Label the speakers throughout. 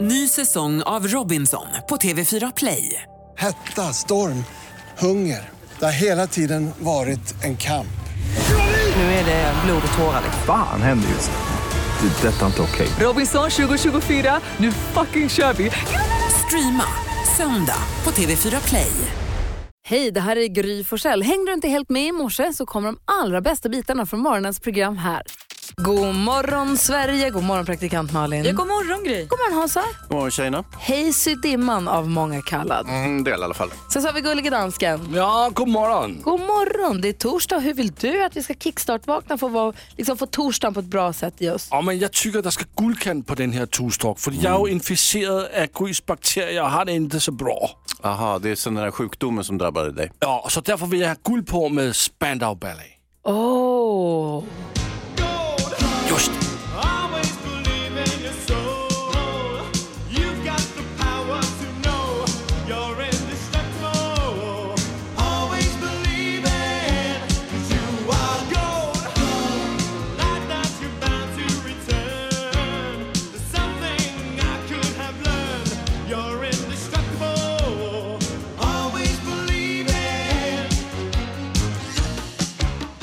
Speaker 1: Ny säsong av Robinson på TV4 Play.
Speaker 2: Hetta, storm, hunger. Det har hela tiden varit en kamp.
Speaker 1: Nu är det blod och tårar. liksom.
Speaker 3: Fan händer just nu. Det. är Detta är inte okej.
Speaker 1: Robinson 2024, nu fucking kör vi! Streama söndag på TV4 Play.
Speaker 4: Hej, det här är Gry Forssell. Hängde du inte helt med i morse så kommer de allra bästa bitarna från morgonens program här. God morgon Sverige, god morgon praktikant Malin.
Speaker 5: Ja, god morgon Gry.
Speaker 4: God morgon Hansa.
Speaker 6: God morgon tjejerna.
Speaker 4: Hej Sydimman av många kallad.
Speaker 6: En Mm, del i alla fall.
Speaker 4: Sen så har vi Gullige Dansken.
Speaker 7: Ja, god morgon.
Speaker 4: God morgon, det är torsdag. Hur vill du att vi ska kickstart-vakna för att vara, liksom få torsdagen på ett bra sätt just?
Speaker 7: Ja, men jag tycker der skal guldkant på den her tustok, för jag är
Speaker 3: Mm.
Speaker 7: ju inficerad av Grys bakterier och har det inte så bra.
Speaker 6: Aha, det är sen den här sjukdomen som drabbade dig.
Speaker 7: Ja, så därför vill jag ha guld på med Spandau Ballet.
Speaker 4: Åh, oh.
Speaker 7: Just det.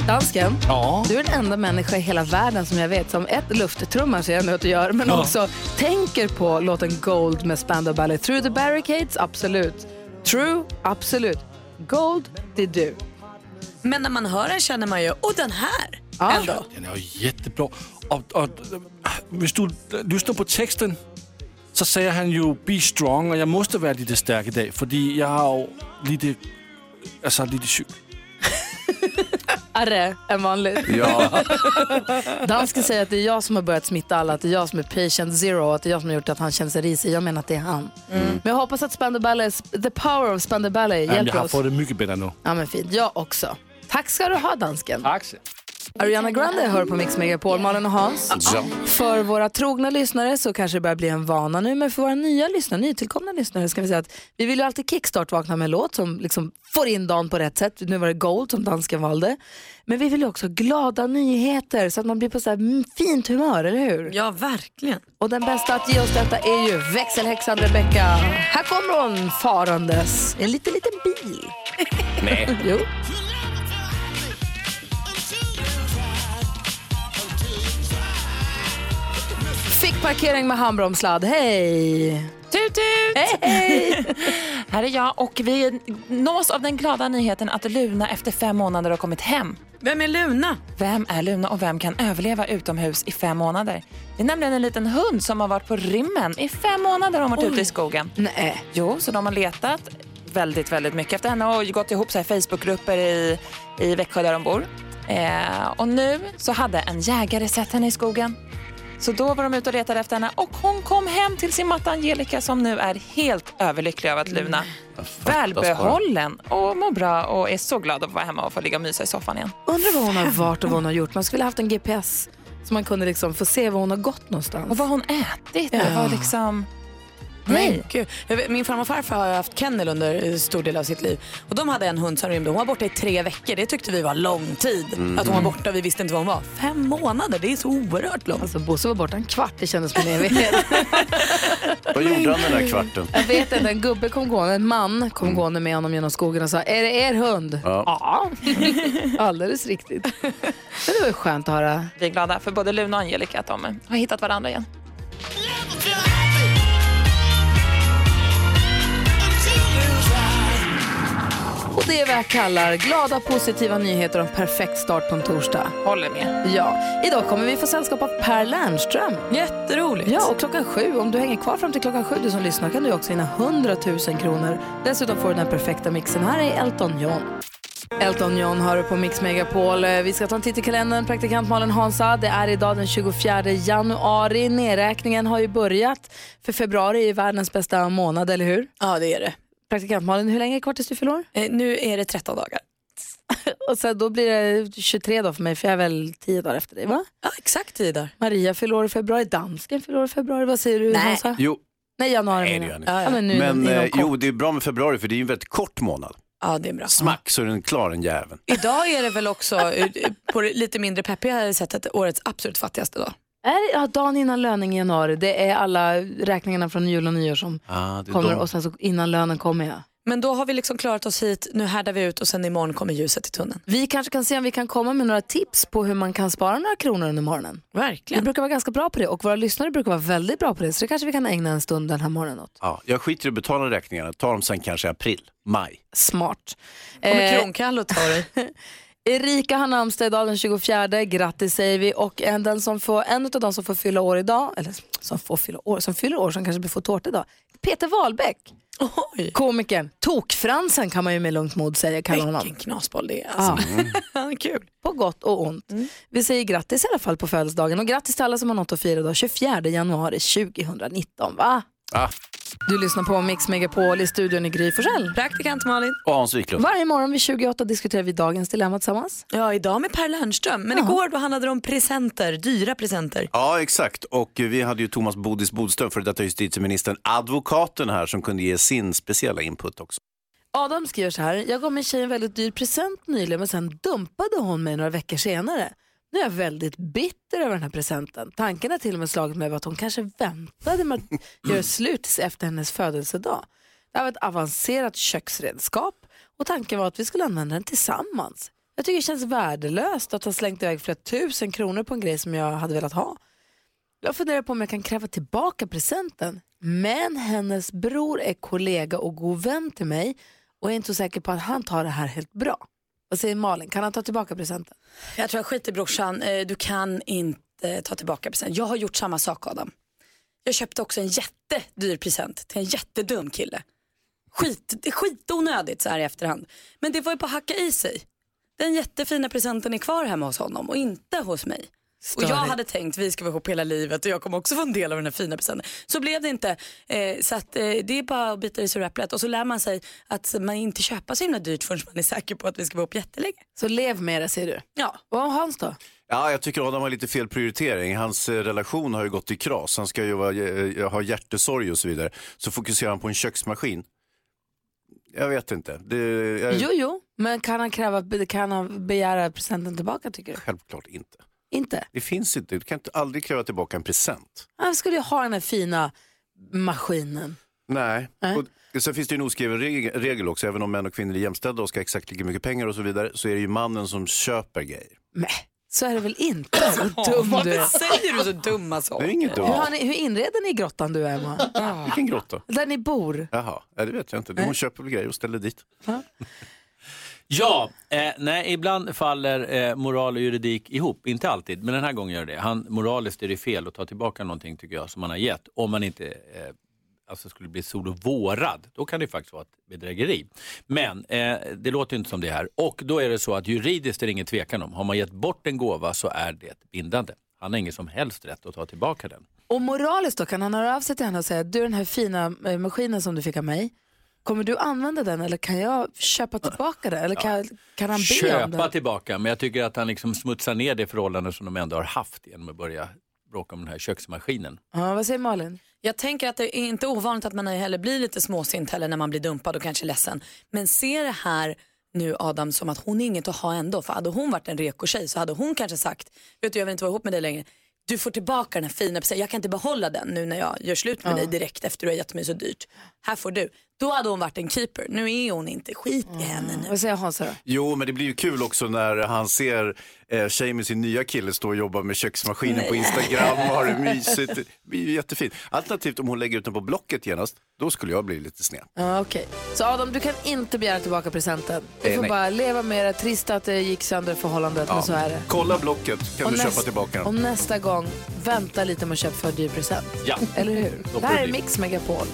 Speaker 4: Dansken,
Speaker 7: Ja.
Speaker 4: du är den enda människa i hela världen som jag vet som ett lufttrumman ser jag nu att du gör, men
Speaker 7: Ja.
Speaker 4: också tänker på låten Gold med Spandau Ballet. Through the barricades, absolut. True, absolut. Gold, det är du.
Speaker 5: Men när man hör den känner man ju, och den här!
Speaker 4: Ja.
Speaker 5: Ändå.
Speaker 7: Den är ju jättebra. Och, och hvis du lyssnar på texten så säger han ju be strong och jag måste vara lite stark idag för jag har ju lite, alltså lite sjuk.
Speaker 4: Arre än vanligt.
Speaker 6: Ja,
Speaker 4: Dansken säger att det är jag som har börjat smitta alla, att det är jag som är patient zero och att det är jag som har gjort att han känner sig risig. Jag menar att det är
Speaker 7: Mm.
Speaker 4: han.
Speaker 3: Mm.
Speaker 4: Men jag hoppas att Spandau Ballet, the power of Spandau Ballet
Speaker 7: Jamen, jag
Speaker 4: hjälper
Speaker 7: har
Speaker 4: oss.
Speaker 7: fått det mycket bättre nu.
Speaker 4: Ja men fint, jag också. Tack ska du ha dansken.
Speaker 7: Axel.
Speaker 4: Ariana Grande hör på Mix Megapol, Malin och Hans. För våra trogna lyssnare så kanske det börjar bli en vana nu, men för våra nya lyssnare, nytillkomna lyssnare ska vi säga att vi vill ju alltid kickstart-vakna med en låt som liksom får in dagen på rätt sätt. Nu var det Gold som dansken valde. Men vi vill ju också ha glada nyheter så att man blir på så här mm, fint humör, eller hur?
Speaker 5: Ja, verkligen.
Speaker 4: Och den bästa att ge oss detta är ju växelhäxan Rebecca. Här kommer hon farandes i en liten, liten bil. Nej. jo. Fick parkering med handbromsladd. Hej!
Speaker 8: Tut, tut!
Speaker 4: Hej, hej!
Speaker 8: Här är jag och vi nås av den glada nyheten att Luna efter fem månader har kommit hem.
Speaker 5: Vem är Luna?
Speaker 8: Vem är Luna och vem kan överleva utomhus i fem månader? Det är nämligen en liten hund som har varit på rymmen. I fem månader har hon varit ute i skogen.
Speaker 4: Nej.
Speaker 8: Jo, så de har letat väldigt, väldigt mycket efter henne och gått ihop så här Facebookgrupper i, i Växjö där de bor. Eh, och nu så hade en jägare sett henne i skogen. Så då var de ute och letade efter henne och hon kom hem till sin matta Angelica som nu är helt överlycklig över att
Speaker 4: Mm.
Speaker 8: Luna välbehållen och mår bra och är så glad att vara hemma och få ligga och mysa i soffan igen.
Speaker 4: Undrar vad hon har varit och vad hon har gjort. Man skulle haft en GPS så man kunde liksom få se var hon har gått någonstans.
Speaker 8: Och vad hon ätit och vad liksom...
Speaker 5: Men gud, jag vet- min farmor och farfar har ju haft kennel under eh, stor del av sitt liv. Och de hade en hund som rymde. Hon var borta i tre veckor. Det tyckte vi var lång tid. Att hon var borta vi visste inte var hon var. Fem månader, det är så oerhört långt.
Speaker 4: Alltså Bosse var borta en kvart, det kändes som en evighet.
Speaker 6: vad gjorde han den där kvarten?
Speaker 4: Jag vet inte, en gubbe kom gående, en man kom gående med honom genom skogen och sa, är det er hund?
Speaker 6: Ja.
Speaker 4: Alldeles riktigt. Men det var ju skönt att höra.
Speaker 8: Vi är glada för både Luna och Angelica att de har hittat varandra igen.
Speaker 4: Och det är vad jag kallar glada positiva nyheter och en perfekt start på en torsdag.
Speaker 8: Håller med.
Speaker 4: Ja, idag kommer vi få sällskap av Per Lernström.
Speaker 5: Jätteroligt.
Speaker 4: Ja, och klockan sju, om du hänger kvar fram till klockan sju du som lyssnar kan du också vinna 100 000 kronor. Dessutom får du den perfekta mixen. Här är Elton John. Elton John hör du på Mix Megapol. Eh, Vi ska ta en titt i kalendern. Praktikant Malin Hansa, det är idag den 24 januari. Nedräkningen har ju börjat. För februari är ju världens bästa månad, eller hur?
Speaker 5: ja det är det.
Speaker 4: Praktikant Malin, hur länge är det kvar tills du fyller år?
Speaker 5: Eh, Nu är det 13 dagar.
Speaker 4: Och sen, då blir det 23 dagar för mig, för jag är väl 10 dagar efter dig, va?
Speaker 5: Ja, exakt tio dagar.
Speaker 4: Maria fyller år i februari, dansken fyller år i februari. Vad säger du,
Speaker 5: Nej.
Speaker 4: Hansa?
Speaker 6: Jo,
Speaker 4: Nej, januari
Speaker 6: Nej, det
Speaker 4: menar
Speaker 6: gör ni.
Speaker 4: jag. Ja, men nu
Speaker 6: men
Speaker 4: inom
Speaker 6: eh,
Speaker 4: kort.
Speaker 6: jo, det är bra med februari för det är ju en väldigt kort månad.
Speaker 5: Ja, det är bra.
Speaker 6: Smack så är den klar den jäveln.
Speaker 5: Idag är det väl också eh, på det lite mindre peppiga sättet årets absolut fattigaste dag.
Speaker 4: Är det, ja, dagen innan löning i januari, det är alla räkningarna från jul och nyår som
Speaker 6: Ah, det är
Speaker 4: kommer
Speaker 6: de.
Speaker 4: och sen så innan lönen kommer jag.
Speaker 5: Men då har vi liksom klarat oss hit, nu härdar vi ut och sen imorgon kommer ljuset i tunneln.
Speaker 4: Vi kanske kan se om vi kan komma med några tips på hur man kan spara några kronor under morgonen. Vi
Speaker 5: Verkligen.
Speaker 4: brukar vara ganska bra på det och våra lyssnare brukar vara väldigt bra på det så det kanske vi kan ägna en stund den här morgonen åt.
Speaker 6: Ja, jag skiter i att betala räkningarna, tar dem sen kanske i april, maj.
Speaker 4: Smart.
Speaker 5: Kommer
Speaker 4: Eh,
Speaker 5: Kronkall och tar dig.
Speaker 4: Erika har namnsdag idag den 24, grattis säger vi. Och en, den som får, en av de som får fylla år idag, eller som får fylla år, som fyller år, som kanske får tårta idag, Peter Wahlbeck.
Speaker 5: Oj,
Speaker 4: Komikern, tokfransen kan man ju med lugnt mod säga, kallar honom.
Speaker 5: vilken knasboll det är alltså. Kul. Mm.
Speaker 4: På gott och ont. Vi säger grattis i alla fall på födelsedagen och grattis till alla som har något att fira idag, 24 januari 2019. Va?
Speaker 6: Ah.
Speaker 4: Du lyssnar på Mix Megapol i studion i Gry Forssell.
Speaker 5: Praktikant Malin.
Speaker 6: Och Ah, Hans Wiklund.
Speaker 4: Varje morgon vid 28 diskuterar vi dagens dilemma tillsammans.
Speaker 5: Ja, idag med Per Lernström. Men igår då handlade det om presenter, dyra presenter.
Speaker 6: Ja, exakt. Och eh, vi hade ju Thomas Bodis Bodström, för detta justitieministern, advokaten här, som kunde ge sin speciella input också.
Speaker 4: Adam skriver så här, jag gav min tjej en väldigt dyr present nyligen men sen dumpade hon mig några veckor senare. Nu är jag väldigt bitter över den här presenten. Tanken har till och med slagit mig över att hon kanske väntade med att göra slut tills efter hennes födelsedag. Det här var ett avancerat köksredskap och tanken var att vi skulle använda den tillsammans. Jag tycker det känns värdelöst att ha slängt iväg flera tusen kronor på en grej som jag hade velat ha. Jag funderar på om jag kan kräva tillbaka presenten. Men hennes bror är kollega och god vän till mig och jag är inte så säker på att han tar det här helt bra. Vad säger Malin, kan han ta tillbaka presenten?
Speaker 5: Jag tror jag skiter i brorsan. Eh, Du kan inte ta tillbaka presenten. Jag har gjort samma sak Adam. Jag köpte också en jättedyr present till en jättedum kille. Skit, det är skitonödigt så här i efterhand. Men det var ju bara att hacka i sig. Den jättefina presenten är kvar hemma hos honom och inte hos mig. Och jag
Speaker 4: Störigt.
Speaker 5: hade tänkt vi ska vara ihop hela livet och jag kommer också få en del av den här fina presenten. Så blev det inte. Eh, så att, eh, det är bara att bita i sig äpplet och så lär man sig att man inte köper så himla dyrt förrän man är säker på att vi ska vara ihop jättelänge.
Speaker 4: Så lev med det säger du.
Speaker 5: Ja.
Speaker 4: Och Hans då?
Speaker 6: Ja, jag tycker Adam har lite fel prioritering. Hans eh, relation har ju gått i kras. Han ska ju vara, eh, ha hjärtesorg och så vidare. Så fokuserar han på en köksmaskin. Jag vet inte. Det, jag,
Speaker 4: Jo, jo, men kan han, kräva, kan han begära presenten tillbaka tycker du?
Speaker 6: Självklart inte.
Speaker 4: Inte?
Speaker 6: Det finns inte. Du kan inte, aldrig kräva tillbaka en present.
Speaker 4: Han skulle ju ha den här fina maskinen.
Speaker 6: Nej.
Speaker 4: Nej.
Speaker 6: Och sen finns det ju en oskriven reg- regel också. Även om män och kvinnor är jämställda och ska ha exakt lika mycket pengar och så vidare så är det ju mannen som köper grejer.
Speaker 4: Nej, så är det väl inte? Så dum du är.
Speaker 5: säger du så dumma saker?
Speaker 6: Det är inget dumt.
Speaker 4: Hur, har ni, hur inreder ni grottan du Emma?
Speaker 5: Ah.
Speaker 6: Vilken grotta.
Speaker 4: Där ni bor?
Speaker 6: Jaha, ja, det vet jag inte. Hon köper väl grejer och ställer dit.
Speaker 9: Ja, eh, nej, ibland faller eh, moral och juridik ihop. Inte alltid, men den här gången gör det Han, Moraliskt är det fel att ta tillbaka någonting tycker jag som man har gett. Om man inte eh, alltså skulle bli sol och vårad, då kan det ju faktiskt vara ett bedrägeri. Men eh, det låter ju inte som det här. Och då är det så att juridiskt är det ingen tvekan om. Har man gett bort en gåva så är det bindande. Han har ingen som helst rätt att ta tillbaka den.
Speaker 4: Och moraliskt då, kan han höra av sig till henne och säga, du den här fina eh, maskinen som du fick av mig, kommer du använda den eller kan jag köpa tillbaka den? Eller kan, kan han be om
Speaker 9: Köpa
Speaker 4: den?
Speaker 9: tillbaka, men jag tycker att han liksom smutsar ner det förhållande som de ändå har haft genom att börja bråka om den här köksmaskinen.
Speaker 4: Ja, vad säger Malin?
Speaker 5: Jag tänker att det är inte ovanligt att man heller blir lite småsint heller när man blir dumpad och kanske ledsen. Men se det här nu Adam som att hon är inget att ha ändå. För hade hon varit en reko tjej så hade hon kanske sagt, vet du jag vill inte vara ihop med dig längre. Du får tillbaka den här fina presenten, jag kan inte behålla den nu när jag gör slut med dig direkt efter du har gett mig så dyrt. Här får du. Då hade hon varit en keeper, nu är hon inte, skit i henne nu.
Speaker 4: Mm. Vad säger Hans då?
Speaker 6: Jo, men det blir ju kul också när han ser eh, tjej med sin nya kille stå och jobba med köksmaskinen på Instagram och har det mysigt. Det blir ju jättefint. Alternativt om hon lägger ut den på Blocket genast, då skulle jag bli lite sned.
Speaker 4: Ja, Okej, så Adam du kan inte begära tillbaka presenten. Du
Speaker 6: Eh,
Speaker 4: får
Speaker 6: nej.
Speaker 4: bara leva med det, trist att det gick sönder i förhållandet men så är det.
Speaker 6: Kolla Blocket, kan du
Speaker 4: näst-
Speaker 6: köpa tillbaka
Speaker 4: och
Speaker 6: den.
Speaker 4: nästa gång, vänta lite med att köpa för dyr present.
Speaker 9: Ja.
Speaker 4: Eller hur?
Speaker 9: Så
Speaker 4: Det här
Speaker 9: får
Speaker 4: är
Speaker 9: det bli.
Speaker 4: Mix Megapol.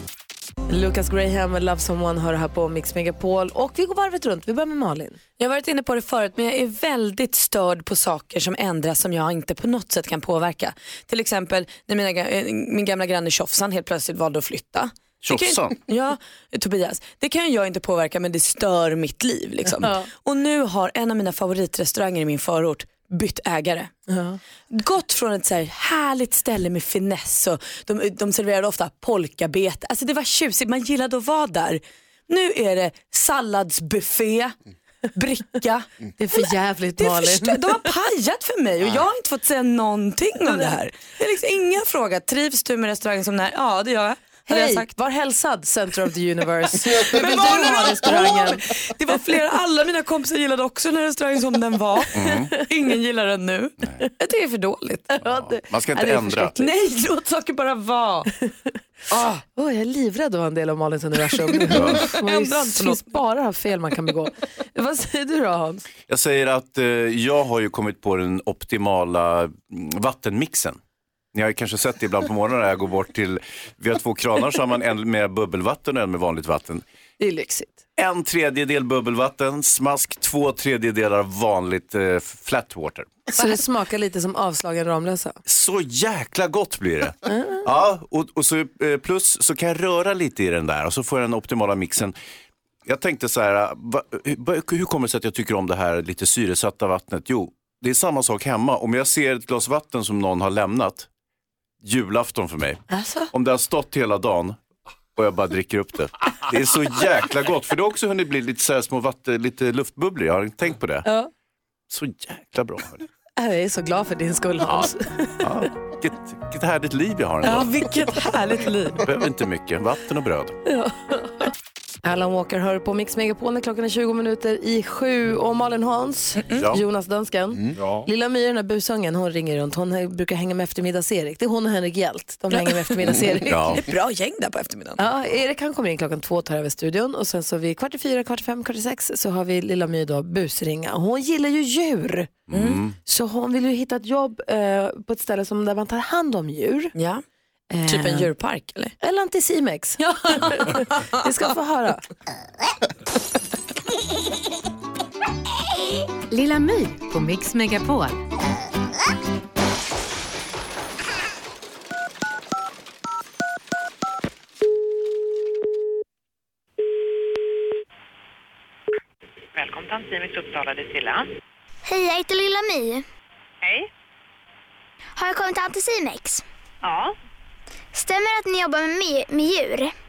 Speaker 4: Lucas Graham med Love Someone hör här på Mix Megapol och vi går varvet runt. Vi börjar med Malin.
Speaker 5: Jag har varit inne på det förut men jag är väldigt störd på saker som ändras som jag inte på något sätt kan påverka. Till exempel när mina, ga- eh, min gamla granne Tjofsan helt plötsligt valde att flytta. Det kan ju-
Speaker 6: Tjofsan?
Speaker 5: Ja, Tobias. Det kan ju jag inte påverka men det stör mitt liv. Liksom. Och nu har en av mina favoritrestauranger i min förort bytt ägare. Gått från ett så här härligt ställe med finess och de, de serverade ofta polkabete. Alltså det var tjusigt, man gillade att vara där. Nu är det salladsbuffé bricka.
Speaker 4: Det är för jävligt
Speaker 5: Det
Speaker 4: Malin.
Speaker 5: förstör, de har pajat för mig och jag har inte fått säga någonting om det här. Det är liksom ingen fråga. Trivs du med restaurangen som den här? Ja, det gör jag. Hade jag
Speaker 4: Hej,
Speaker 5: sagt.
Speaker 4: var hälsad Center of the Universe. Hur vill
Speaker 5: var
Speaker 4: du
Speaker 5: den
Speaker 4: ha
Speaker 5: åtta
Speaker 4: restaurangen?
Speaker 5: år? Det var flera, alla mina kompisar gillade också den här restaurangen som den var.
Speaker 6: Mm.
Speaker 5: Ingen gillar den nu. Jag tycker det är för dåligt.
Speaker 4: Ja, det-
Speaker 6: Man ska
Speaker 4: ja,
Speaker 6: inte
Speaker 4: det är
Speaker 6: ändra. typ.
Speaker 4: förskräckligt.
Speaker 5: Nej, låt saker bara vara.
Speaker 4: Åh, jag är livrädd att vara en del av Malins universum. Man
Speaker 5: Ändra inte
Speaker 4: ju-
Speaker 5: något.
Speaker 4: finns bara fel man kan begå. Vad säger du då Hans?
Speaker 6: Jag säger att eh, jag har ju kommit på den optimala mm, vattenmixen. Ni har ju kanske sett det ibland på morgonen när jag går bort till, vi har två kranar så har man en med bubbelvatten och en med vanligt vatten.
Speaker 4: Det är lyxigt.
Speaker 6: En tredjedel bubbelvatten, smask, två tredjedelar vanligt eh, flat water.
Speaker 4: Så det smakar lite som avslagen Ramlösa.
Speaker 6: Så jäkla gott blir det. Ja, och, och så, eh, plus så kan jag röra lite i den där och så får jag den optimala mixen. Jag tänkte så här, va, hur- hur kommer det sig att jag tycker om det här lite syresatta vattnet? Jo, det är samma sak hemma. Om jag ser ett glas vatten som någon har lämnat, julafton för mig. Om det har stått hela dagen och jag bara dricker upp det. Det är så jäkla gott, för det har också hunnit bli lite så här små vatten, lite luftbubblor. Jag har inte tänkt på det.
Speaker 4: Ja.
Speaker 6: Så jäkla bra. hörni.
Speaker 4: Äh, Jag är så glad för din skull Hans.
Speaker 6: Ja, vilket, vilket härligt liv jag har ändå.
Speaker 5: Ja, vilket härligt liv.
Speaker 6: Behöver inte mycket, vatten och bröd.
Speaker 4: Alan Walker hör på Mix Megapol när klockan är 20 minuter i sju. Och Malin Hans,
Speaker 6: Ja. Mm.
Speaker 4: Jonas Dansken, Lilla My, den här busungen, hon ringer runt. Hon brukar hänga med eftermiddags-Erik. Det är hon och Henrik Hjält. De hänger med eftermiddags-Erik.
Speaker 6: Ja.
Speaker 5: Ett bra gäng där på eftermiddagen.
Speaker 4: Ja, Erik han kommer in klockan två och tar över studion och sen så vid kvart i fyra, kvart i fem, kvart i sex så har vi lilla My då busringa. Och Hon gillar ju djur.
Speaker 5: Mm.
Speaker 4: Så hon vill ju hitta ett jobb eh, på ett ställe som där man tar hand om djur.
Speaker 5: Ja.
Speaker 4: Eh,
Speaker 5: Typ en djurpark eller?
Speaker 4: Eller Anticimex. Vi ska få höra.
Speaker 10: Lilla My på Mix Megapol.
Speaker 11: Välkommen till Antimics Uppsala, det är Silla.
Speaker 12: Hej, jag heter Lilla My.
Speaker 11: Hej.
Speaker 12: Har jag kommit till Anticimex?
Speaker 11: Ja.
Speaker 12: Stämmer det att ni jobbar med, my- med djur?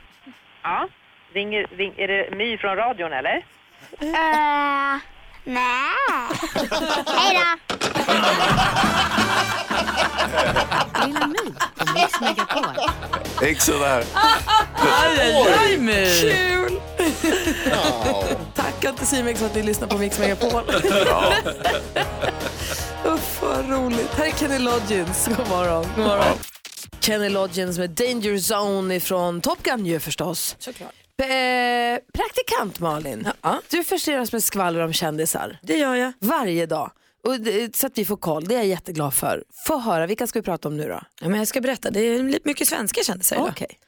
Speaker 11: Ja. Ringer, ring, är det My från radion eller? Mm.
Speaker 12: Eh, nej. Hej då.
Speaker 10: Lilla My på Mix Megapol.
Speaker 6: Gick sådär.
Speaker 4: Kul! Tack Anticimex för att ni lyssnar på Mix Megapol. Uff, vad roligt. Här är Kenny Loggins. God morgon. God morgon. Kenny Loggins med Danger Zone ifrån Top Gun ju förstås.
Speaker 5: Såklart.
Speaker 4: Pe- eh, praktikant Malin, du förser oss med skvaller om kändisar
Speaker 5: Det gör jag.
Speaker 4: varje dag. Och, det- så att vi får koll, det är jag jätteglad för. Få höra, vilka ska vi prata om nu då?
Speaker 5: Ja, men jag ska berätta, det är lite mycket svenska kändisar idag.
Speaker 4: Okej.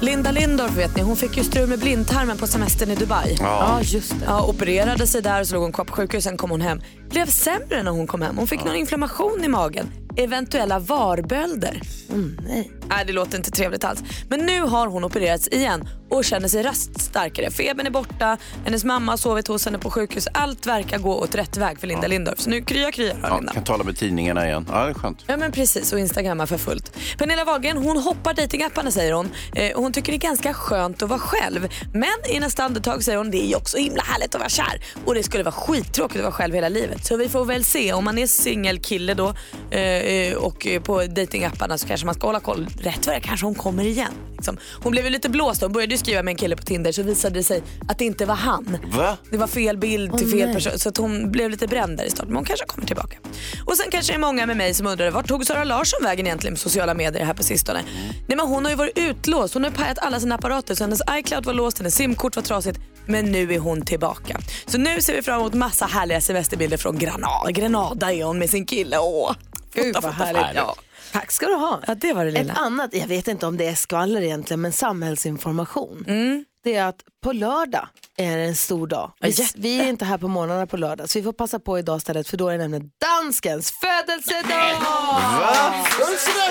Speaker 5: Linda Lindorff vet ni, hon fick ju strul med blindtarmen på semestern i Dubai.
Speaker 4: Ja, just det.
Speaker 5: Ja, opererade sig där, så låg hon kvar på sjukhus, sen kom hon hem. Blev sämre när hon kom hem. Hon fick någon inflammation i magen. Eventuella varbölder.
Speaker 4: Mm, nej.
Speaker 5: Nej, det låter inte trevligt alls. Men nu har hon opererats igen och känner sig raskt starkare. Febern är borta, hennes mamma har sovit hos henne på sjukhus. Allt verkar gå åt rätt väg för Linda Lindorff. Så nu kryar kryar hör
Speaker 6: Ja,
Speaker 5: Linda.
Speaker 6: kan tala med tidningarna igen. Ja, det är skönt.
Speaker 5: Ja men precis och Instagrammar för fullt. Pernilla Wahlgren hon hoppar dejtingapparna säger hon. Eh, och hon tycker det är ganska skönt att vara själv. Men i nästa andetag säger hon det är ju också himla härligt att vara kär. Och det skulle vara skittråkigt att vara själv hela livet. Så vi får väl se om man är singelkille då eh, eh, och eh, på dejtingapparna så kanske man ska hålla koll. Rätt vad det är kanske hon kommer igen. Liksom. Hon blev ju lite blåst då. Hon började ju skriva med en kille på Tinder så visade det sig att det inte var han.
Speaker 6: Va?
Speaker 5: Det var fel bild till fel person så att hon blev lite bränd där i starten men hon kanske kommer tillbaka. Och sen kanske det är många med mig som undrar vart tog Sara Larsson vägen egentligen på sociala medier här på sistone? Nej men hon har ju varit utlåst, hon har pajat alla sina apparater så hennes iCloud var låst, hennes simkort var trasigt men nu är hon tillbaka. Så nu ser vi fram emot massa härliga semesterbilder från Granada. Grenada är hon med sin kille. Åh,
Speaker 4: Gud, vad härligt.
Speaker 5: Ja.
Speaker 4: Tack ska du ha.
Speaker 5: ja det var det lilla.
Speaker 4: Ett annat, jag vet inte om det är skvaller egentligen, men samhällsinformation.
Speaker 5: Mm.
Speaker 4: Det är att på lördag är det en stor dag. Vi,
Speaker 5: jätte.
Speaker 4: vi är inte här på morgnarna på lördag, så vi får passa på idag istället, för då är det nämligen danskens födelsedag!
Speaker 6: Va?
Speaker 4: Blommorna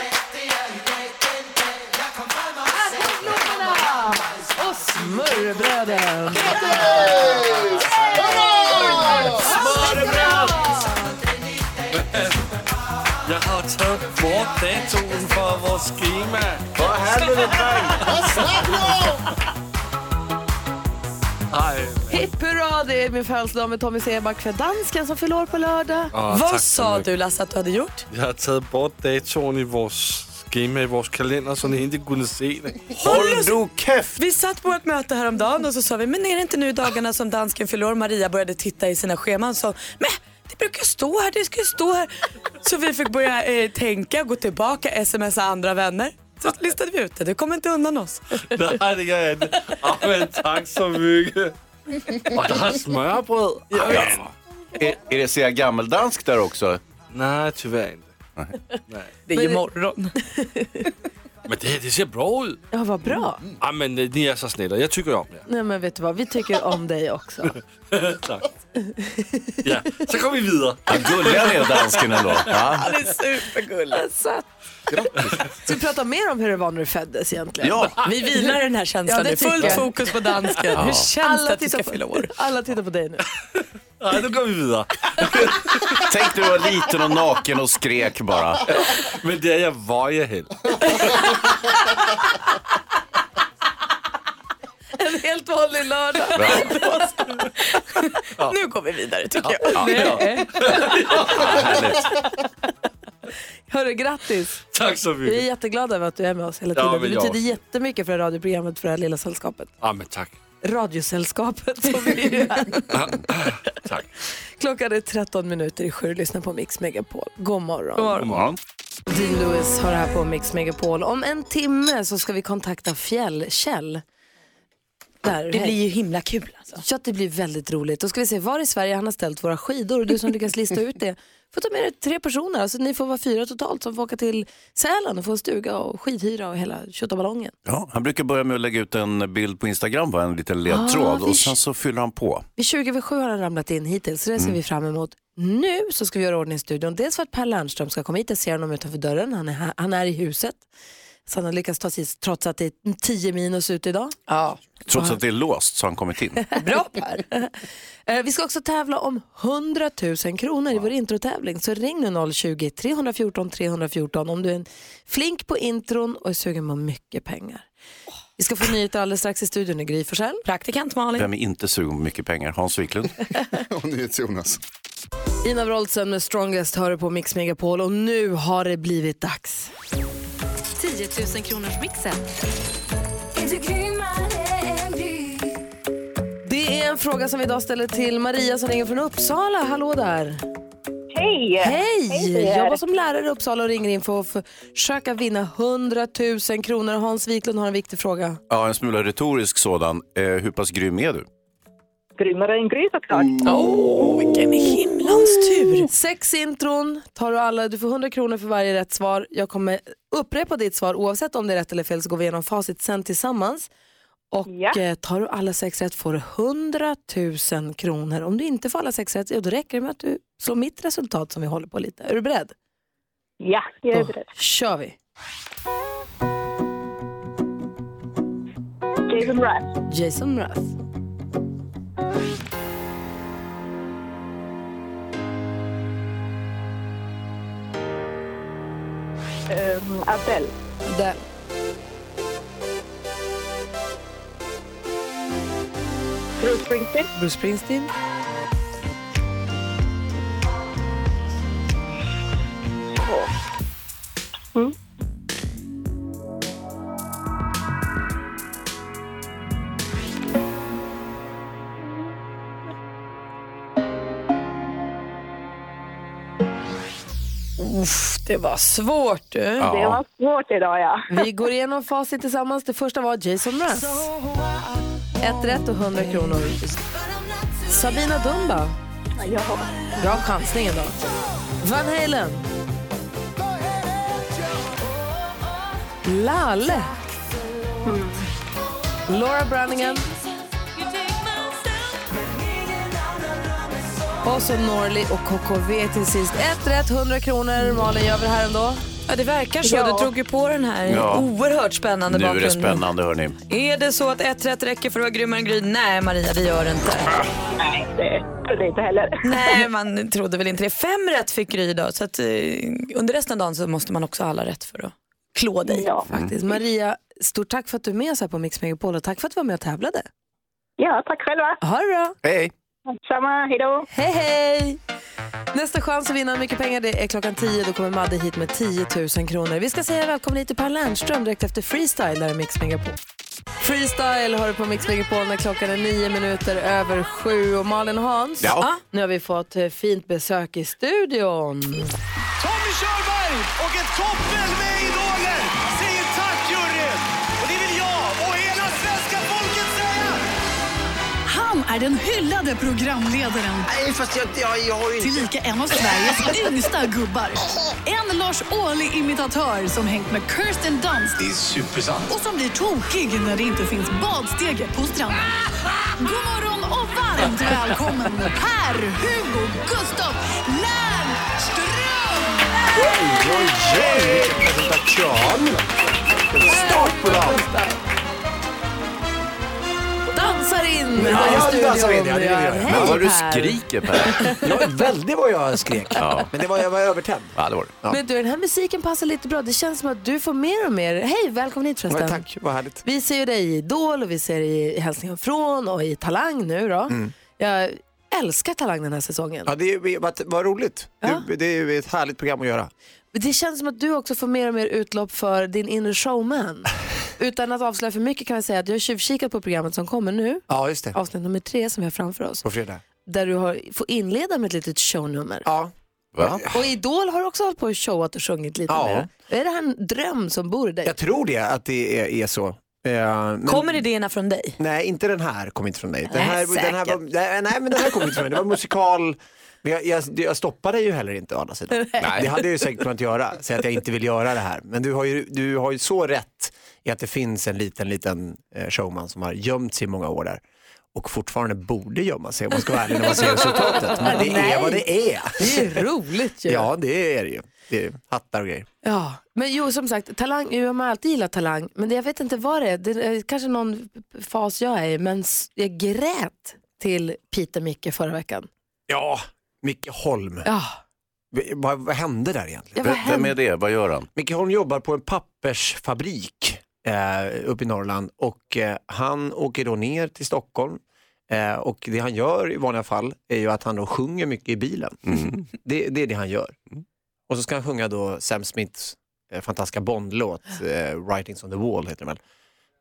Speaker 4: Och smörrebröden!
Speaker 7: Jeg har taget bort datoen fra vores schema.
Speaker 6: Vad händer med dig?
Speaker 7: Ej,
Speaker 4: Hej Hipp hurra, det är min födelsedag med Tommy Seback för dansken som fyller år på lördag.
Speaker 7: Ja, tack
Speaker 5: Vad
Speaker 7: så
Speaker 5: sa
Speaker 7: mycket.
Speaker 5: du Lasse att du hade gjort?
Speaker 7: Jeg har taget bort datoren i vores schema, i vores kalender, så I ikke kunne se det.
Speaker 5: Hold du käft! Vi satt på ett möte häromdagen och så sa vi, men är det inte nu dagarna som dansken fyller år? Maria började titta i sina scheman och sa, men det brukar stå här, det ska ju stå här. Så vi fick börja eh, tänka, gå tillbaka, smsa andra vänner. Så listade vi ut det, du kommer inte undan oss.
Speaker 7: Nej, det gør jeg ikke. Åh, men tak så mycket. Och der er smørbrød. Ja,
Speaker 6: Är, är det säga gammeldansk där också?
Speaker 7: Nej, tyvärr inte.
Speaker 5: Det är ju morgon.
Speaker 7: Men det her, det ser bra ud.
Speaker 4: Ja, vad bra.
Speaker 7: Ej, men øh, ni er så snälla. Jeg tykker om jer.
Speaker 4: Nej men vet du vad, vi tycker om dig också.
Speaker 7: tak. Ja, så kom vi videre.
Speaker 6: Gulligare är dansken ändå. Ja.
Speaker 5: Han är supergullig.
Speaker 4: Alltså. Ska vi prata mer om hur det var när du föddes egentligen?
Speaker 6: Ja.
Speaker 5: Vi vilar den här känslan
Speaker 4: det
Speaker 5: nu.
Speaker 4: tycker
Speaker 5: Fullt
Speaker 4: jag.
Speaker 5: fokus på dansken.
Speaker 7: Ja.
Speaker 5: Hur känns
Speaker 4: Alla
Speaker 5: det att du
Speaker 4: tittar
Speaker 5: ska
Speaker 4: på-
Speaker 5: fylla år?
Speaker 4: Alla tittar på dig nu.
Speaker 7: Nej, nu går vi videre.
Speaker 6: Tänk du var liten og naken och skrek bara.
Speaker 7: Men det er jeg, hvor jeg heller.
Speaker 4: En helt vanlig lördag.
Speaker 5: Nu går vi vidare tycker jag.
Speaker 4: Nej. Hörru, grattis.
Speaker 7: Tak så
Speaker 4: Vi är
Speaker 7: mycket.
Speaker 4: jätteglada över att du är med oss hela
Speaker 7: Ja,
Speaker 4: tiden.
Speaker 7: men
Speaker 4: det
Speaker 7: jag
Speaker 4: betyder
Speaker 7: också.
Speaker 4: jättemycket för det här radioprogrammet, för det här lilla sällskapet.
Speaker 7: Ah, men tak.
Speaker 4: Radiosällskapet som vi är.
Speaker 7: Tak.
Speaker 4: Klockan är 13 minuter i sju. Lyssna på Mix Megapol. God morgon.
Speaker 6: Godmorgon.
Speaker 4: Dean Lewis har det här på Mix Megapol. Om en timme så ska vi kontakta Fjäll-Kjell. Där.
Speaker 5: Det blir ju himla kul alltså.
Speaker 4: Ja, det blir väldigt roligt. Då ska vi se var i Sverige han har ställt våra skidor. Du som lyckas lista ut det får ta med er tre personer. Alltså, ni får vara fyra totalt som får åka till Sälen och få en stuga och skidhyra och hela tjottaballongen.
Speaker 6: Ja, han brukar börja med att lägga ut en bild på Instagram, va? en liten ledtråd,
Speaker 4: Ah,
Speaker 6: och
Speaker 4: vi-
Speaker 6: sen så fyller han på.
Speaker 4: Vid 20 över 7 har han ramlat in hittills, så det ser vi fram emot. Nu så ska vi göra ordning i studion. Dels för att Per Lernström ska komma hit, jag ser honom utanför dörren. Han är, här, han är i huset. Så han har lyckats ta sig hit trots att det är 10 minus ute idag.
Speaker 5: Ja.
Speaker 6: Trots att det är låst så har han kommit in.
Speaker 4: Bra Per! Eh, Vi ska också tävla om 100 000 kronor i vår introtävling. Så ring nu 020-314 314 om du är en flink på intron och är sugen på mycket pengar. Vi ska få nyheter alldeles strax i studion i Gry Forssell.
Speaker 5: Praktikant Malin.
Speaker 6: Vem är inte sugen på mycket pengar? Hans Wiklund.
Speaker 2: Och nu är det Jonas.
Speaker 4: Ina Wroldsen med Strongest hör du på Mix Megapol och nu har det blivit dags.
Speaker 10: 10 000 kronors mixen.
Speaker 4: Det är en fråga som vi idag ställer till Maria som ringer från Uppsala. Hallå där!
Speaker 11: Hej!
Speaker 4: Hej!
Speaker 11: på er.
Speaker 4: Jobbar som lärare i Uppsala och ringer in för att försöka vinna 100 000 kronor. Hans Wiklund har en viktig fråga.
Speaker 6: Ja, en smula retorisk sådan. Eh, hur pass grym är du?
Speaker 11: Grymmare än Gry såklart.
Speaker 5: Åh, vilken himlans tur.
Speaker 4: Sex intron tar du alla. Du får 100 kronor för varje rätt svar. Jag kommer upprepa ditt svar oavsett om det är rätt eller fel så går vi igenom facit sen tillsammans. Och
Speaker 11: Ja.
Speaker 4: eh, tar du alla sex rätt får du 100 000 kronor. Om du inte får alla sex rätt, ja, då räcker det med att du slår mitt resultat som vi håller på lite. Är du beredd?
Speaker 11: Ja, jag är
Speaker 4: Då
Speaker 11: beredd.
Speaker 4: kör vi.
Speaker 11: Jason Rath,
Speaker 4: Jason Mraz.
Speaker 11: um, Adele,
Speaker 4: Där.
Speaker 11: Bruce Springsteen,
Speaker 4: Bruce Springsteen.
Speaker 11: Mm.
Speaker 5: Uff, det var svårt du.
Speaker 11: det var svårt idag ja.
Speaker 4: Vi går igenom facit tillsammans. Det första var Jason Mraz. Ett rätt och 100 kronor. Sabina Dumba.
Speaker 11: ja.
Speaker 4: Bra chansning ändå. Van Halen. Lalle.
Speaker 11: Mm.
Speaker 4: Laura Branningen. Och så Norli och KKV till sist. Ett rätt, 100 kronor. Malin, gör vi det här ändå?
Speaker 5: Ja, det verkar så. Du drog ju på den här
Speaker 6: Ja.
Speaker 5: oerhört spännande
Speaker 6: Nu är det
Speaker 5: bakgrunden.
Speaker 6: spännande hörni.
Speaker 5: Är det så att ett rätt räcker för att vara grymmare än Gry? Nej, Maria, det gör det inte.
Speaker 11: Nej, det trodde jag inte heller.
Speaker 5: Nej, man trodde väl inte det. Fem rätt fick Gry idag, så att, eh, under resten av dagen så måste man också ha alla rätt för att klå dig.
Speaker 11: Ja,
Speaker 13: Mm.
Speaker 4: Faktiskt. Maria, stort tack för att du är med oss här på Mix Megapol och tack för att du var med och tävlade.
Speaker 14: Ja, tack själva.
Speaker 4: Ha det bra.
Speaker 6: Hej.
Speaker 14: Samma, hejdå.
Speaker 4: Hej, hej! Nästa chans att vinna mycket pengar det är klockan 10. Då kommer Madde hit med 10 000 kronor. Vi ska säga välkommen hit till Per Lernström direkt efter Freestyle där i Mix Megapol. Freestyle har du på Mix Megapol när klockan är nio minuter över sju. Och Malin och Hans,
Speaker 13: Ja.
Speaker 4: ah, nu har vi fått eh, fint besök i studion.
Speaker 13: Tommy Körberg och ett koppel med idoler säger tack juryn! Och det vill jag och hela svenska folket säga!
Speaker 15: Han är den hyllade programledaren.
Speaker 13: Nej, fast jag, jag, jag har ju inte...
Speaker 15: Tillika en av Sveriges yngsta gubbar. En Lars Ohly-imitatör som hängt med Kirsten Dunst
Speaker 13: Det är supersant.
Speaker 15: och som blir tokig när det inte finns badstege på stranden. God morgon och varmt välkommen Per-Hugo Gustaf Lernström!
Speaker 13: Oj, oj, oj, vilken presentation! Vilken start på dagen!
Speaker 4: Dansar in
Speaker 13: Ja,
Speaker 4: här i
Speaker 13: jag
Speaker 4: studion.
Speaker 13: dansar in, ja, det vill jag göra.
Speaker 4: Hej,
Speaker 13: Men vad du
Speaker 4: Per.
Speaker 6: skriker Per.
Speaker 13: Jag är väldigt vad jag skrek. Men det var, jag var övertänd.
Speaker 6: Ja, det var det.
Speaker 4: Men du, den här musiken passar lite bra. Det känns som att du får mer och mer. Hej, välkommen hit förresten.
Speaker 13: Men tack, vad härligt.
Speaker 4: Vi ser ju dig i Idol och vi ser dig i Hälsningar från och i Talang nu då.
Speaker 13: Mm.
Speaker 4: Jag älskar Talang den här säsongen.
Speaker 13: Ja, det är, vad, vad roligt. Det, det är ju ett härligt program att göra.
Speaker 4: Det känns som att du också får mer och mer utlopp för din inre showman. Utan att avslöja för mycket kan jag säga att jag har tjuvkikat på programmet som kommer nu.
Speaker 13: Ja, just det.
Speaker 4: Avsnitt nummer tre som vi har framför oss.
Speaker 13: På fredag.
Speaker 4: Där du har, får inleda med ett litet shownummer.
Speaker 13: Ja.
Speaker 6: Va?
Speaker 4: Och i Idol har du också hållit på och showat och sjungit lite
Speaker 13: Ja.
Speaker 4: mer. Är det här en dröm som bor i dig?
Speaker 13: Jag tror det, att det är, är så. Eh, men-
Speaker 5: Kommer idéerna från dig?
Speaker 13: Nej, inte den här kom inte från dig. Den
Speaker 5: Nej,
Speaker 13: här, den här var, nej, nej, men den här kom inte från mig. Det var musikal. Men jag, jag, jag stoppade ju heller inte å andra sidan.
Speaker 6: Nej.
Speaker 13: Det hade jag ju säkert kunnat göra, säga att jag inte vill göra det här. Men du har ju, du har ju så rätt i att det finns en liten, liten eh, showman som har gömt sig i många år där och fortfarande borde gömma sig om man ska vara ärlig när man ser resultatet. Men det är vad det är.
Speaker 4: Det är roligt ju.
Speaker 13: Ja, det är det ju. Det är hattar och grejer.
Speaker 4: Ja, men jo som sagt, talang, jag har alltid gillat talang, men det, jag vet inte vad det är, det är kanske någon fas jag är i, men s- jag grät till Peter Micke förra veckan.
Speaker 13: Ja, Micke Holm.
Speaker 4: Ja.
Speaker 13: V- Vad, vad hände där egentligen?
Speaker 4: Ja, vad Vem- vem
Speaker 6: är det? Vad gör han?
Speaker 13: Micke Holm jobbar på en pappersfabrik eh, uppe i Norrland och eh, han åker då ner till Stockholm eh, och det han gör i vanliga fall är ju att han då sjunger mycket i bilen.
Speaker 15: Mm.
Speaker 13: Det, det är det han gör. Och så ska han sjunga då Sam Smiths eh, fantastiska Bond-låt, eh, Writings on the wall heter den väl.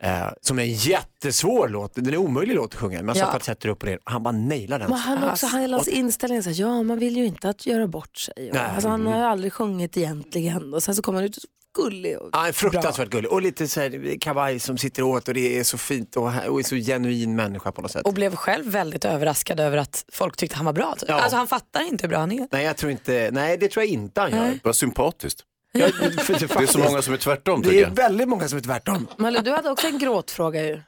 Speaker 13: Eh, som är en jättesvår låt, den är omöjlig låt att sjunga. Men
Speaker 4: Ja.
Speaker 13: ja. sätter upp och ner. Han bara nailar den.
Speaker 4: Men han också, han, hela hans inställning är så här, ja man vill ju inte att göra bort sig. Och,
Speaker 13: Nej. Mm.
Speaker 4: alltså, han har ju aldrig sjungit egentligen och sen så kommer han ut och så gullig. Och,
Speaker 13: Ja, fruktansvärt gullig. Och lite så här kavaj som sitter åt och det är så fint och, och är så genuin människa på något sätt.
Speaker 5: Och blev själv väldigt överraskad över att folk tyckte han var bra. typ.
Speaker 13: Ja.
Speaker 5: Alltså han fattar inte hur bra han är.
Speaker 13: Nej, jag tror inte, nej det tror jag inte han gör.
Speaker 5: Nej.
Speaker 6: Vad sympatiskt.
Speaker 13: Ja,
Speaker 6: Det är så många som är tvärtom
Speaker 13: Det
Speaker 6: tycker
Speaker 13: är
Speaker 6: jag.
Speaker 13: väldigt många som är tvärtom.
Speaker 4: Malou, du hade också en gråtfråga ju.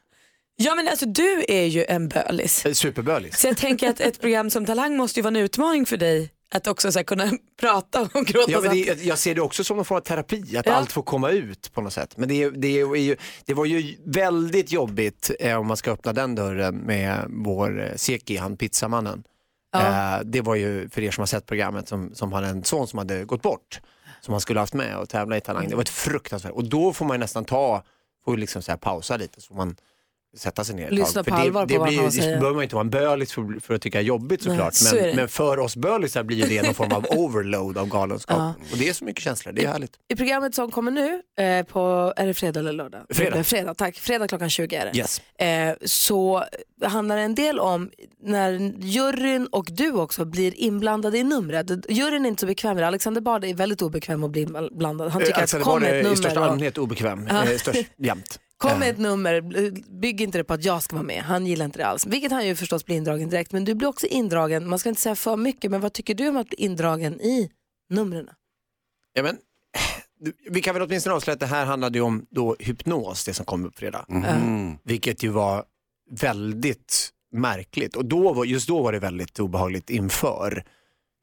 Speaker 5: Ja men alltså du är ju en bölis.
Speaker 13: Superbölis.
Speaker 5: Så jag tänker att ett program som Talang måste ju vara en utmaning för dig att också så här, kunna prata och gråta.
Speaker 13: Ja, men det,
Speaker 5: samtidigt.
Speaker 13: jag- jag ser det också som någon form av terapi, att
Speaker 5: Ja.
Speaker 13: allt får komma ut på något sätt. Men det, är- det, är ju, det var ju väldigt jobbigt eh, om man ska öppna den dörren med vår eh, Seki, han pizzamannen. Eh, det var ju för er som har sett programmet som, som hade en son som hade gått bort, som han skulle haft med och tävla i Talang. Det var ett fruktansvärt, och då får man ju nästan ta, får ju liksom så här pausa lite så får man sätta sig ner ett
Speaker 4: Lyssna
Speaker 13: tag.
Speaker 4: på allvar på
Speaker 13: det, det,
Speaker 4: vad
Speaker 13: blir,
Speaker 4: han
Speaker 13: ju-
Speaker 4: säger.
Speaker 13: det behöver man ju inte vara en bölis för, för att tycka är jobbigt
Speaker 4: Nej,
Speaker 13: såklart.
Speaker 4: så är det.
Speaker 13: men, men för oss bölisar blir ju det någon form av overload av galenskap.
Speaker 4: Ja.
Speaker 13: Och det är så mycket känslor, det är härligt.
Speaker 4: I programmet som kommer nu, eh, på, är det fredag eller lördag?
Speaker 13: Fredag.
Speaker 4: Det är fredag, tack. Fredag klockan 20 är det.
Speaker 13: Yes.
Speaker 4: Eh, så handlar det en del om när juryn och du också blir inblandade i numret. Juryn är inte så bekväm med det. Alexander Bard är väldigt obekväm att bli inblandad. Han tycker
Speaker 13: Axel
Speaker 4: att kom
Speaker 13: Eh, Bard
Speaker 4: med
Speaker 13: är
Speaker 4: ett
Speaker 13: i största
Speaker 4: nummer. och-
Speaker 13: allmänhet Eh. obekväm,
Speaker 4: Ja.
Speaker 13: eh, störst jämt.
Speaker 4: Kom med ett nummer, bygg inte det på att jag ska vara med. Han gillar inte det alls. Vilket han ju förstås blir indragen direkt. Men du blir också indragen, man ska inte säga för mycket, men vad tycker du om att bli indragen i numren?
Speaker 13: Ja, men, du, vi kan väl åtminstone avslöja att det här handlade ju om då hypnos, det som kom upp fredag.
Speaker 4: Mm.
Speaker 13: Mm.
Speaker 6: Mhm.
Speaker 13: Vilket ju var väldigt märkligt. Och då var, just då var det väldigt obehagligt inför.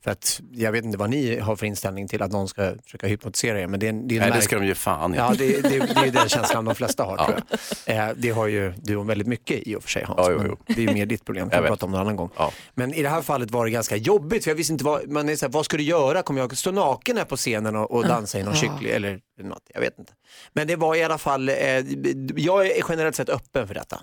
Speaker 13: För att jag vet inte vad ni har för inställning till att någon ska försöka hypnotisera er. Men det är, en- det är en
Speaker 6: Nej, det
Speaker 13: märk-
Speaker 6: ska de ge fan i.
Speaker 13: Ja, det, det, det är ju den känslan de flesta har tror jag. Eh, det har ju du väldigt mycket i och för sig Hans.
Speaker 6: Ja, jo,
Speaker 13: men
Speaker 6: jo.
Speaker 13: Det är ju mer ditt problem,
Speaker 6: Jag
Speaker 13: kan
Speaker 6: vet.
Speaker 13: vi prata om någon annan gång. Men i det här fallet var det ganska jobbigt för jag visste inte vad, man är så här, vad ska du göra? Kommer jag stå naken här på scenen och, och
Speaker 4: Mm.
Speaker 13: dansa i någon
Speaker 6: Ja.
Speaker 13: kyckling eller något? Jag vet inte. Men det var i alla fall, eh, jag är generellt sett öppen för detta.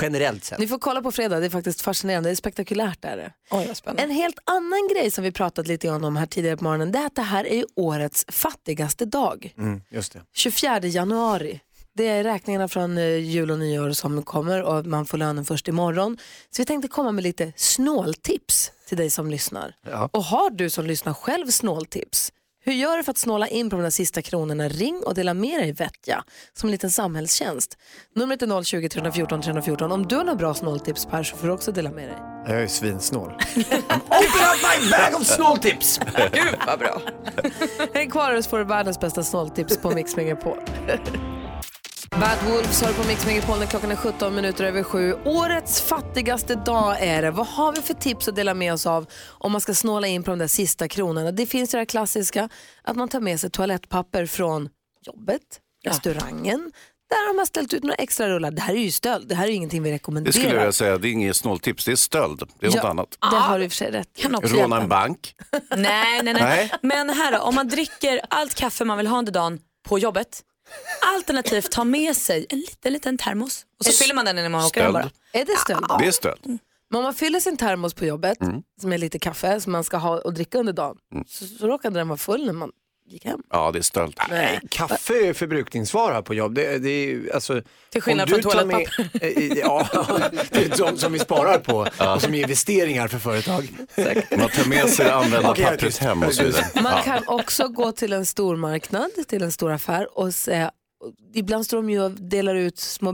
Speaker 13: Generellt sett.
Speaker 4: Ni får kolla på fredag, det är faktiskt fascinerande, det är spektakulärt är det. En helt annan grej som vi pratat lite grann om här tidigare på morgonen, det är att det här är ju årets fattigaste dag.
Speaker 13: Mm, just det.
Speaker 4: 24 januari. Det är räkningarna från eh, jul och nyår som kommer och man får lönen först imorgon. Så vi tänkte komma med lite snåltips till dig som lyssnar.
Speaker 13: Ja.
Speaker 4: Och har du som lyssnar själv snåltips? Hur gör du för att snåla in på de där sista kronorna? Ring och dela med dig vettja som en liten samhällstjänst. Numret är 020 314 314. Om du har några bra snåltips Per så får du också dela med dig.
Speaker 13: Jag är svinsnål.
Speaker 4: Open
Speaker 13: up my bag of snåltips!
Speaker 4: Gud vad bra. Häng kvar och så får du världens bästa snåltips på Mix Megapol. Bad Wolves har på Mix Megapol när klockan är 17 minuter över sju. Årets fattigaste dag är det. Vad har vi för tips att dela med oss av om man ska snåla in på de där sista kronorna? Det finns det där klassiska att man tar med sig toalettpapper från jobbet, restaurangen. Där har man ställt ut några extra rullar. Det här är ju stöld. Det här är ju ingenting vi rekommenderar.
Speaker 6: Det skulle jag säga, det är inget snåltips, det är stöld. Det är något
Speaker 4: Ja,
Speaker 6: annat.
Speaker 4: Det har du i och för sig rätt.
Speaker 5: Kan också
Speaker 6: Råna
Speaker 5: hjälpa.
Speaker 6: en bank.
Speaker 5: Nej, nej, nej.
Speaker 6: Nej.
Speaker 5: Men här då, om man dricker allt kaffe man vill ha under dagen på jobbet, alternativt ta med sig en liten, liten termos och så fyller man den innan man åker hem
Speaker 6: Stöld.
Speaker 5: bara.
Speaker 4: Är det stöld?
Speaker 6: Det är stöld. Mm.
Speaker 4: Men om man fyller sin termos på jobbet som är lite kaffe som man ska ha och dricka under dagen
Speaker 13: Mm.
Speaker 4: så, så råkade den vara full när man gick hem.
Speaker 6: Ja, det är stöld.
Speaker 13: Nej, kaffe är förbrukningsvara på jobb. Det, det är, ju, alltså,
Speaker 4: Till skillnad
Speaker 13: om du
Speaker 4: från
Speaker 13: tar med- eh, Ja, det är de som vi sparar på och som är investeringar för företag.
Speaker 6: Man tar med sig det använda
Speaker 13: Okej, jag är
Speaker 6: pappret
Speaker 13: tyst.
Speaker 6: hem och så vidare.
Speaker 4: Man
Speaker 6: Ja.
Speaker 4: kan också gå till en stor marknad, till en stor affär och säga och Ibland står de ju och delar ut små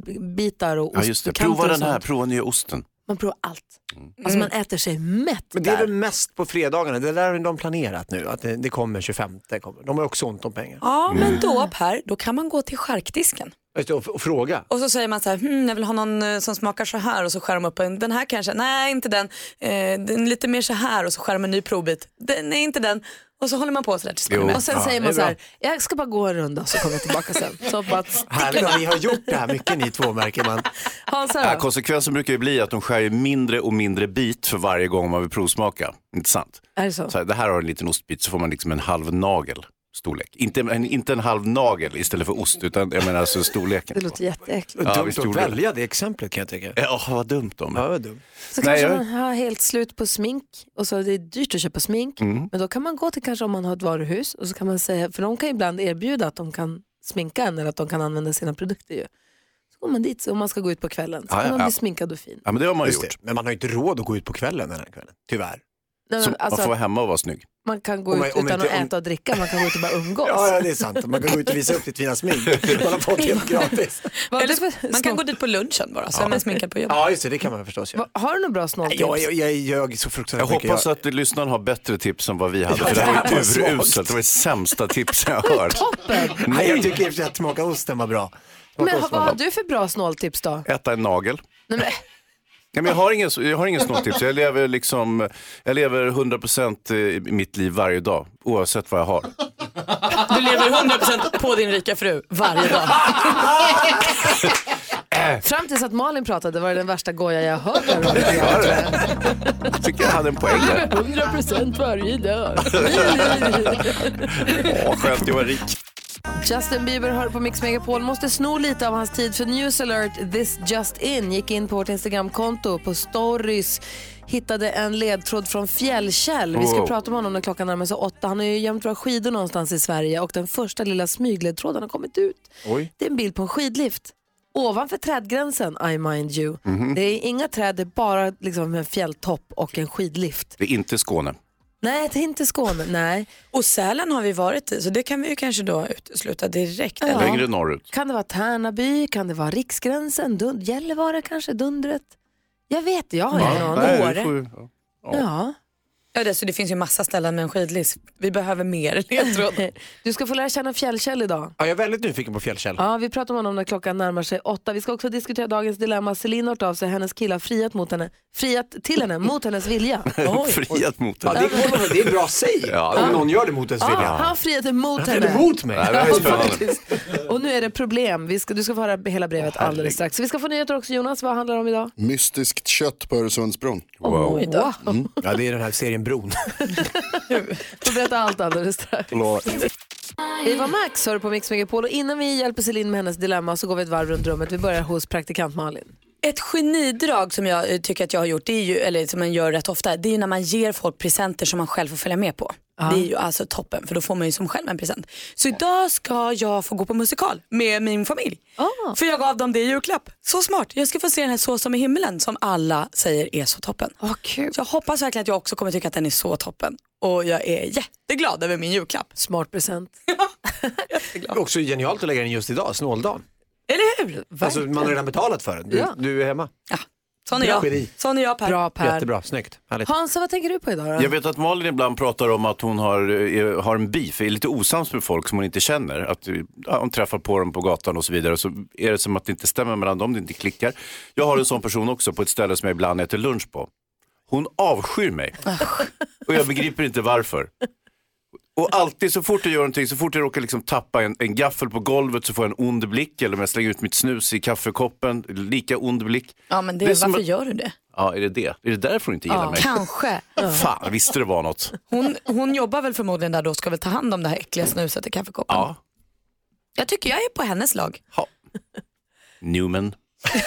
Speaker 4: brödbitar och
Speaker 6: Ja, just det.
Speaker 4: ostkanter
Speaker 6: Prova
Speaker 4: och
Speaker 6: den här,
Speaker 4: sånt.
Speaker 6: prova nya osten.
Speaker 4: Man provar allt. Alltså man äter sig mätt
Speaker 13: Mm. Men det är
Speaker 4: där.
Speaker 13: väl mest på fredagarna, det där har de planerat nu, att det, det kommer 25. Kommer. De har också ont om pengar.
Speaker 5: Ja,
Speaker 6: Mm.
Speaker 5: men då Per, då kan man gå till charkdisken.
Speaker 13: Just det, Och, och fråga.
Speaker 5: Och så säger man så här, hm, jag vill ha någon eh, som smakar så här och så skär de upp en, den här kanske, nej inte den, eh, den är lite mer så här och så skär de en ny provbit, den, nej inte den. Och så håller man på sådär tills det
Speaker 13: Jo.
Speaker 5: kommer
Speaker 4: Och sen
Speaker 13: Ja,
Speaker 4: säger
Speaker 13: det är
Speaker 4: man så här,
Speaker 13: bra.
Speaker 4: jag ska bara gå en runda och så kommer jag tillbaka sen. Så bara
Speaker 13: Härligt att ni har gjort det här mycket ni två märker man.
Speaker 4: Hansa
Speaker 6: Ja,
Speaker 4: då?
Speaker 6: konsekvensen brukar ju bli att de skär ju mindre och mindre bit för varje gång man vill provsmaka. Inte sant?
Speaker 4: Är det så?
Speaker 6: Så här, det här har en liten ostbit så får man liksom en halv nagel storlek. Inte en, inte en halv nagel istället för ost utan jag menar alltså storleken.
Speaker 4: Det låter jätteäckligt.
Speaker 6: Ja,
Speaker 13: Dumt
Speaker 6: visst
Speaker 13: att
Speaker 6: gjorde det.
Speaker 13: välja det exemplet kan jag tycka.
Speaker 6: Ja, vad dumt de
Speaker 13: Ja, vad dumt.
Speaker 4: Så
Speaker 6: Nej,
Speaker 4: kanske
Speaker 6: jag-
Speaker 4: man har helt slut på smink och så är det dyrt att köpa smink.
Speaker 13: Mm.
Speaker 4: Men då kan man gå till kanske om man har ett varuhus och så kan man säga, för de kan ju ibland erbjuda att de kan sminka en eller att de kan använda sina produkter ju. Så går man dit så om man ska gå ut på kvällen så
Speaker 13: Ja,
Speaker 4: kan
Speaker 13: ja,
Speaker 4: man
Speaker 13: ja.
Speaker 4: bli sminkad och fin.
Speaker 6: Ja, men det har man ju
Speaker 13: Just det.
Speaker 6: gjort.
Speaker 13: Men man har ju inte råd att gå ut på kvällen den här kvällen, tyvärr.
Speaker 4: Nej,
Speaker 6: Så
Speaker 4: men,
Speaker 6: man får
Speaker 4: alltså,
Speaker 6: vara hemma och vara snygg.
Speaker 4: man kan gå
Speaker 13: Om
Speaker 4: ut
Speaker 13: jag- om
Speaker 4: utan
Speaker 13: inte-
Speaker 4: att
Speaker 13: om-
Speaker 4: äta och dricka, man kan gå ut och bara umgås.
Speaker 13: Ja, ja, det är sant. Man kan gå ut och visa upp ditt fina smink. Man har fått helt gratis.
Speaker 5: Eller, man kan gå dit på lunchen bara, så är man sminkad på jobbet.
Speaker 13: Ja, just det, det kan man förstås göra.
Speaker 4: Har du några bra snåltips?
Speaker 13: Jag, jag, jag ljög så fruktansvärt
Speaker 6: Jag
Speaker 13: mycket.
Speaker 6: hoppas att lyssnaren har bättre tips än vad vi hade,
Speaker 13: Ja,
Speaker 6: för det här
Speaker 13: det
Speaker 6: var
Speaker 13: var svagt.
Speaker 6: uruselt. Det var det sämsta tipsen jag har hört.
Speaker 4: Toppen!
Speaker 13: Nej, jag tycker i och för sig att smaka osten var bra.
Speaker 4: Men ha- vad har du för bra snåltips då?
Speaker 6: Äta en nagel.
Speaker 4: Nej, men,
Speaker 6: Nej, men jag har ingen, jag har ingen snåltips. Jag lever, liksom, jag lever 100% i mitt liv varje dag, oavsett vad jag har.
Speaker 5: Du lever 100% på din rika fru varje dag.
Speaker 4: fram tills att Malin pratade var det den värsta goja jag hört. här om det.
Speaker 6: Jag tycker jag hade en poäng där.
Speaker 4: 100% varje dag.
Speaker 6: Åh, skönt jag var rik.
Speaker 4: Justin Bieber hör på Mix Megapol. Måste sno lite av hans tid för News Alert This Just In gick in på vårt Instagramkonto på stories. Hittade en ledtråd från Fjällkäll. Vi ska
Speaker 16: Wow.
Speaker 4: prata om honom när klockan närmar sig åtta. Han har ju gömt våra skidor någonstans i Sverige och den första lilla smygledtråden har kommit ut.
Speaker 13: Oj.
Speaker 4: Det är en bild på en skidlift. Ovanför trädgränsen, I mind you.
Speaker 6: Mhm.
Speaker 4: Det är inga träd, det är bara liksom en fjälltopp och en skidlift.
Speaker 6: Det är inte Skåne.
Speaker 4: Nej, det är inte Skåne. Nej.
Speaker 5: Och Sälen har vi varit i, så det kan vi ju kanske då utesluta direkt.
Speaker 4: Ja.
Speaker 6: Längre norrut.
Speaker 4: Kan det vara Tärnaby? Kan det vara Riksgränsen? Dund Gällivare kanske? Dundret? Jag vet jag har ingen aning.
Speaker 5: Åre.
Speaker 4: Ja.
Speaker 5: Ja, det, så det finns ju massa ställen med en skidlist. Vi behöver mer ledtrådar.
Speaker 4: Du ska få lära känna Fjällkäll idag.
Speaker 13: Ja, jag är väldigt nyfiken på Fjällkäll.
Speaker 4: Ja, vi pratar om honom när klockan närmar sig åtta. Vi ska också diskutera dagens dilemma. Celine har hört av sig. Hennes kille har friat, mot henne. friat till henne mot hennes vilja.
Speaker 6: Friat mot
Speaker 13: Ja, det, går väl- det är bra säg
Speaker 6: Ja.
Speaker 13: om någon gör det mot ens
Speaker 4: Ja,
Speaker 13: vilja.
Speaker 4: han friade mot
Speaker 13: Han är
Speaker 4: henne.
Speaker 13: emot mig.
Speaker 6: Nej, det här är spännande.
Speaker 4: Och nu är det problem. Vi ska, du ska få höra hela brevet alldeles strax. Vi ska få nyheter också. Jonas, vad handlar det om idag?
Speaker 17: Mystiskt kött på Öresundsbron.
Speaker 4: Wow. Oj då.
Speaker 13: Mm. Ja, det är den här serien Bron.
Speaker 4: Du får berätta allt alldeles strax. Eva Max hör på Mix Megapol och innan vi hjälper Celine med hennes dilemma så går vi ett varv runt rummet. Vi börjar hos praktikant Malin.
Speaker 5: Ett genidrag som jag eh, tycker att jag har gjort, det är ju, eller som man gör rätt ofta, det är ju när man ger folk presenter som man själv får följa med på. Det är ju alltså toppen för då får man ju som själv en present. Så idag ska jag få gå på musikal med min familj. För jag gav dem det i julklapp. Så smart. Jag ska få se den här Så som i himmelen som alla säger är så toppen.
Speaker 18: Oh, kul.
Speaker 5: Så jag hoppas verkligen att jag också kommer tycka att den är så toppen. Och jag är jätteglad över min julklapp.
Speaker 4: Smart present.
Speaker 13: Också genialt att lägga den just idag, snåldagen.
Speaker 5: Eller hur?
Speaker 13: Alltså, man har redan betalat för den. Du,
Speaker 19: Ja.
Speaker 13: du är hemma.
Speaker 5: Sån är
Speaker 13: Bra.
Speaker 5: jag. Sån är jag Per.
Speaker 19: Bra Per.
Speaker 13: Jättebra, snyggt. Härligt.
Speaker 19: Hansa, vad tänker du på idag då?
Speaker 6: Jag vet att Malin ibland pratar om att hon har, eh, har en beef, är lite osams med folk som hon inte känner. Att eh, ja, hon träffar på dem på gatan och så vidare. Så är det som att det inte stämmer mellan dem, det inte klickar. Jag har en sån person också på ett ställe som jag ibland äter lunch på. Hon avskyr mig. Och jag begriper inte varför. Och alltid så fort jag gör någonting, så fort jag råkar liksom tappa en, en gaffel på golvet så får jag en ond blick. Eller om jag slänger ut mitt snus i kaffekoppen, lika ond blick.
Speaker 5: Ja men det,
Speaker 6: Det är som
Speaker 5: varför
Speaker 6: att-
Speaker 5: gör du det?
Speaker 6: Ja, är det det? Är det därför hon inte gillar
Speaker 5: Ja,
Speaker 6: mig?
Speaker 5: kanske.
Speaker 6: Fan, visste det var något.
Speaker 5: Hon, hon jobbar väl förmodligen där då och ska väl ta hand om det här äckliga snuset i kaffekoppen.
Speaker 6: Ja.
Speaker 5: Jag tycker jag är på hennes lag.
Speaker 6: Newman.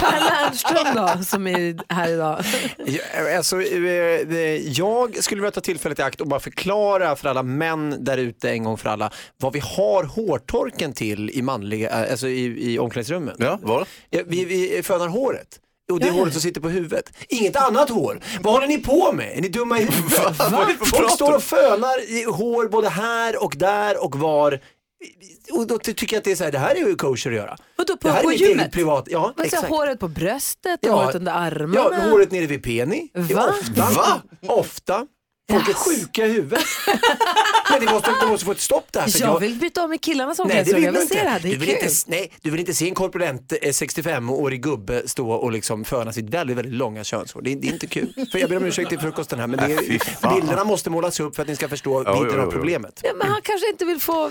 Speaker 4: Per Lernström då, som är här idag.
Speaker 13: Ja, Alltså, eh, det- jag skulle vilja ta tillfället i akt och bara förklara för alla män där ute en gång för alla vad vi har hårtorken till i, manliga, eh, alltså i, i omklädningsrummen.
Speaker 6: Ja, vad?
Speaker 13: Vi, vi fönar håret. Och det är håret som sitter på huvudet. Inget annat hår. Vad håller ni på med? Är ni dumma i huvudet? Folk står och fönar i hår både här och där och var. Och då ty- tycker jag att det är så här, det här är ju kosher att göra.
Speaker 4: Vadå, på-
Speaker 13: det här
Speaker 4: på
Speaker 13: är mitt
Speaker 4: gymmet?
Speaker 13: eget privat. Ja,
Speaker 4: Men så
Speaker 13: exakt.
Speaker 4: håret på bröstet och
Speaker 13: Ja.
Speaker 4: håret under armarna.
Speaker 13: Ja, håret nere vid peni.
Speaker 4: Va?
Speaker 13: Ofta.
Speaker 4: Va?
Speaker 13: Ofta. Folk är sjuka i huvudet. Men det måste, det måste få ett stopp där. för
Speaker 4: jag vill byta om med killarnas
Speaker 13: Nej, det
Speaker 4: omklädningsrum.
Speaker 13: vill
Speaker 4: Jag
Speaker 13: du
Speaker 4: vill se det
Speaker 13: inte.
Speaker 4: här, det
Speaker 13: Du
Speaker 4: är
Speaker 13: vill inte,
Speaker 4: kul.
Speaker 13: nej, du vill inte se en korpulent eh, 65-årig gubbe stå och liksom föna sitt väldigt, väldigt långa könshår. Det är, det är inte kul. För jag ber om ursäkt till frukosten här, men det
Speaker 6: Fy
Speaker 13: är,
Speaker 6: fan.
Speaker 13: bilderna måste målas upp för att ni ska förstå
Speaker 6: jo,
Speaker 13: vidden
Speaker 6: jo,
Speaker 13: av
Speaker 6: jo.
Speaker 13: problemet.
Speaker 4: Ja, men han kanske inte vill få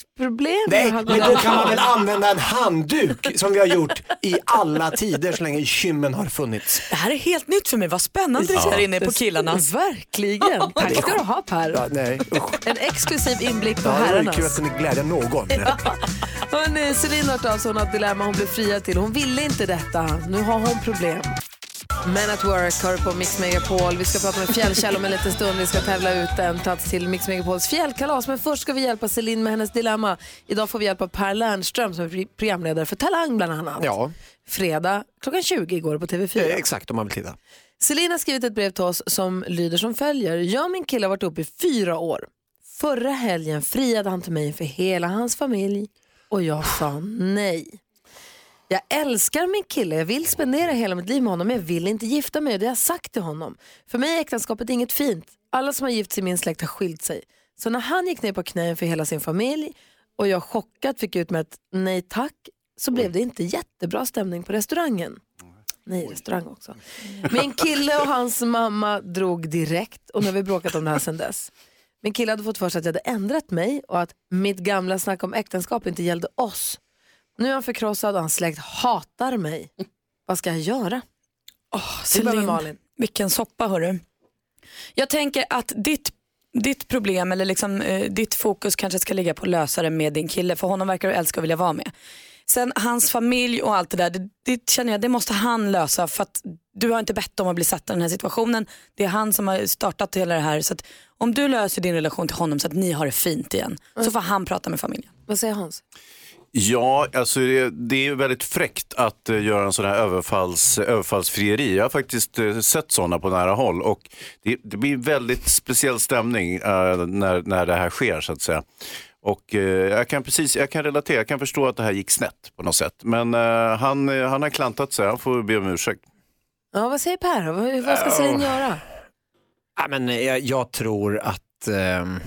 Speaker 4: fuktproblem.
Speaker 13: Nej,
Speaker 4: Han-
Speaker 13: men då kan man väl använda en handduk som vi har gjort i alla tider så länge gymmen har funnits.
Speaker 5: Det här är helt nytt för mig. Vad spännande det är här inne på killarnas.
Speaker 4: Verkligen. Tack ska du ha
Speaker 13: Ja,
Speaker 4: Per.
Speaker 13: nej, usch.
Speaker 4: En exklusiv inblick på
Speaker 13: Ja, det var ju
Speaker 4: herrarnas.
Speaker 13: kul att kunna glädja någon.
Speaker 4: Hörrni, Celine har alltså hon har ett dilemma hon blev friad till. Hon ville inte detta. Nu har hon problem. Men at Work har du på Mix Megapol. Vi ska prata med Fjällkäll om en liten stund. Vi ska tävla ut en plats till Mix Megapols fjällkalas. Men först ska vi hjälpa Celine med hennes dilemma. Idag får vi hjälp av Per Lernström som är pri- programledare för Talang bland annat.
Speaker 13: Ja.
Speaker 4: Fredag klockan 20 igår på TV4.
Speaker 13: Eh, Exakt, om man vill titta.
Speaker 4: Selina har skrivit ett brev till oss som lyder som följer. Jag och min kille har varit ihop i fyra år. Förra helgen friade han till mig för hela hans familj och jag sa nej. Jag älskar min kille, jag vill spendera hela mitt liv med honom men jag vill inte gifta mig och det har jag sagt till honom. För mig är äktenskapet inget fint. Alla som har gift sig i min släkt har skilt sig. Så när han gick ner på knä för hela sin familj och jag chockat fick ut med ett nej tack så blev det inte jättebra stämning på restaurangen. Nej, restaurang också. Min kille och hans mamma drog direkt och nu har vi bråkat om det här sedan dess. Min kille hade fått för sig att jag hade ändrat mig och att mitt gamla snack om äktenskap inte gällde oss. Nu är han förkrossad och hans släkt hatar mig. Vad ska jag göra? Vi börjar med
Speaker 5: Celine,
Speaker 4: Malin.
Speaker 5: Vilken soppa hörru. Jag tänker att ditt, ditt problem eller liksom, eh, ditt fokus kanske ska ligga på att lösa det med din kille för honom verkar du älska och vilja vara med. Sen hans familj och allt det där, det, det känner jag det måste han lösa för att du har inte bett om att bli satt i den här situationen. Det är han som har startat hela det här. Så att om du löser din relation till honom så att ni har det fint igen så får han prata med familjen.
Speaker 4: Vad säger Hans?
Speaker 6: Ja, alltså det, det är väldigt fräckt att eh, göra en sån här överfalls, överfallsfrieri. Jag har faktiskt eh, sett sådana på nära håll och det, det blir väldigt speciell stämning eh, när, när det här sker så att säga. Och eh, jag kan precis, jag kan relatera, jag kan förstå att det här gick snett på något sätt. Men eh, han, eh, han har klantat sig, han får be om ursäkt.
Speaker 4: Ja, vad säger Per? Vad, vad ska Celine göra?
Speaker 13: Ja, men eh, jag, jag tror att ehm,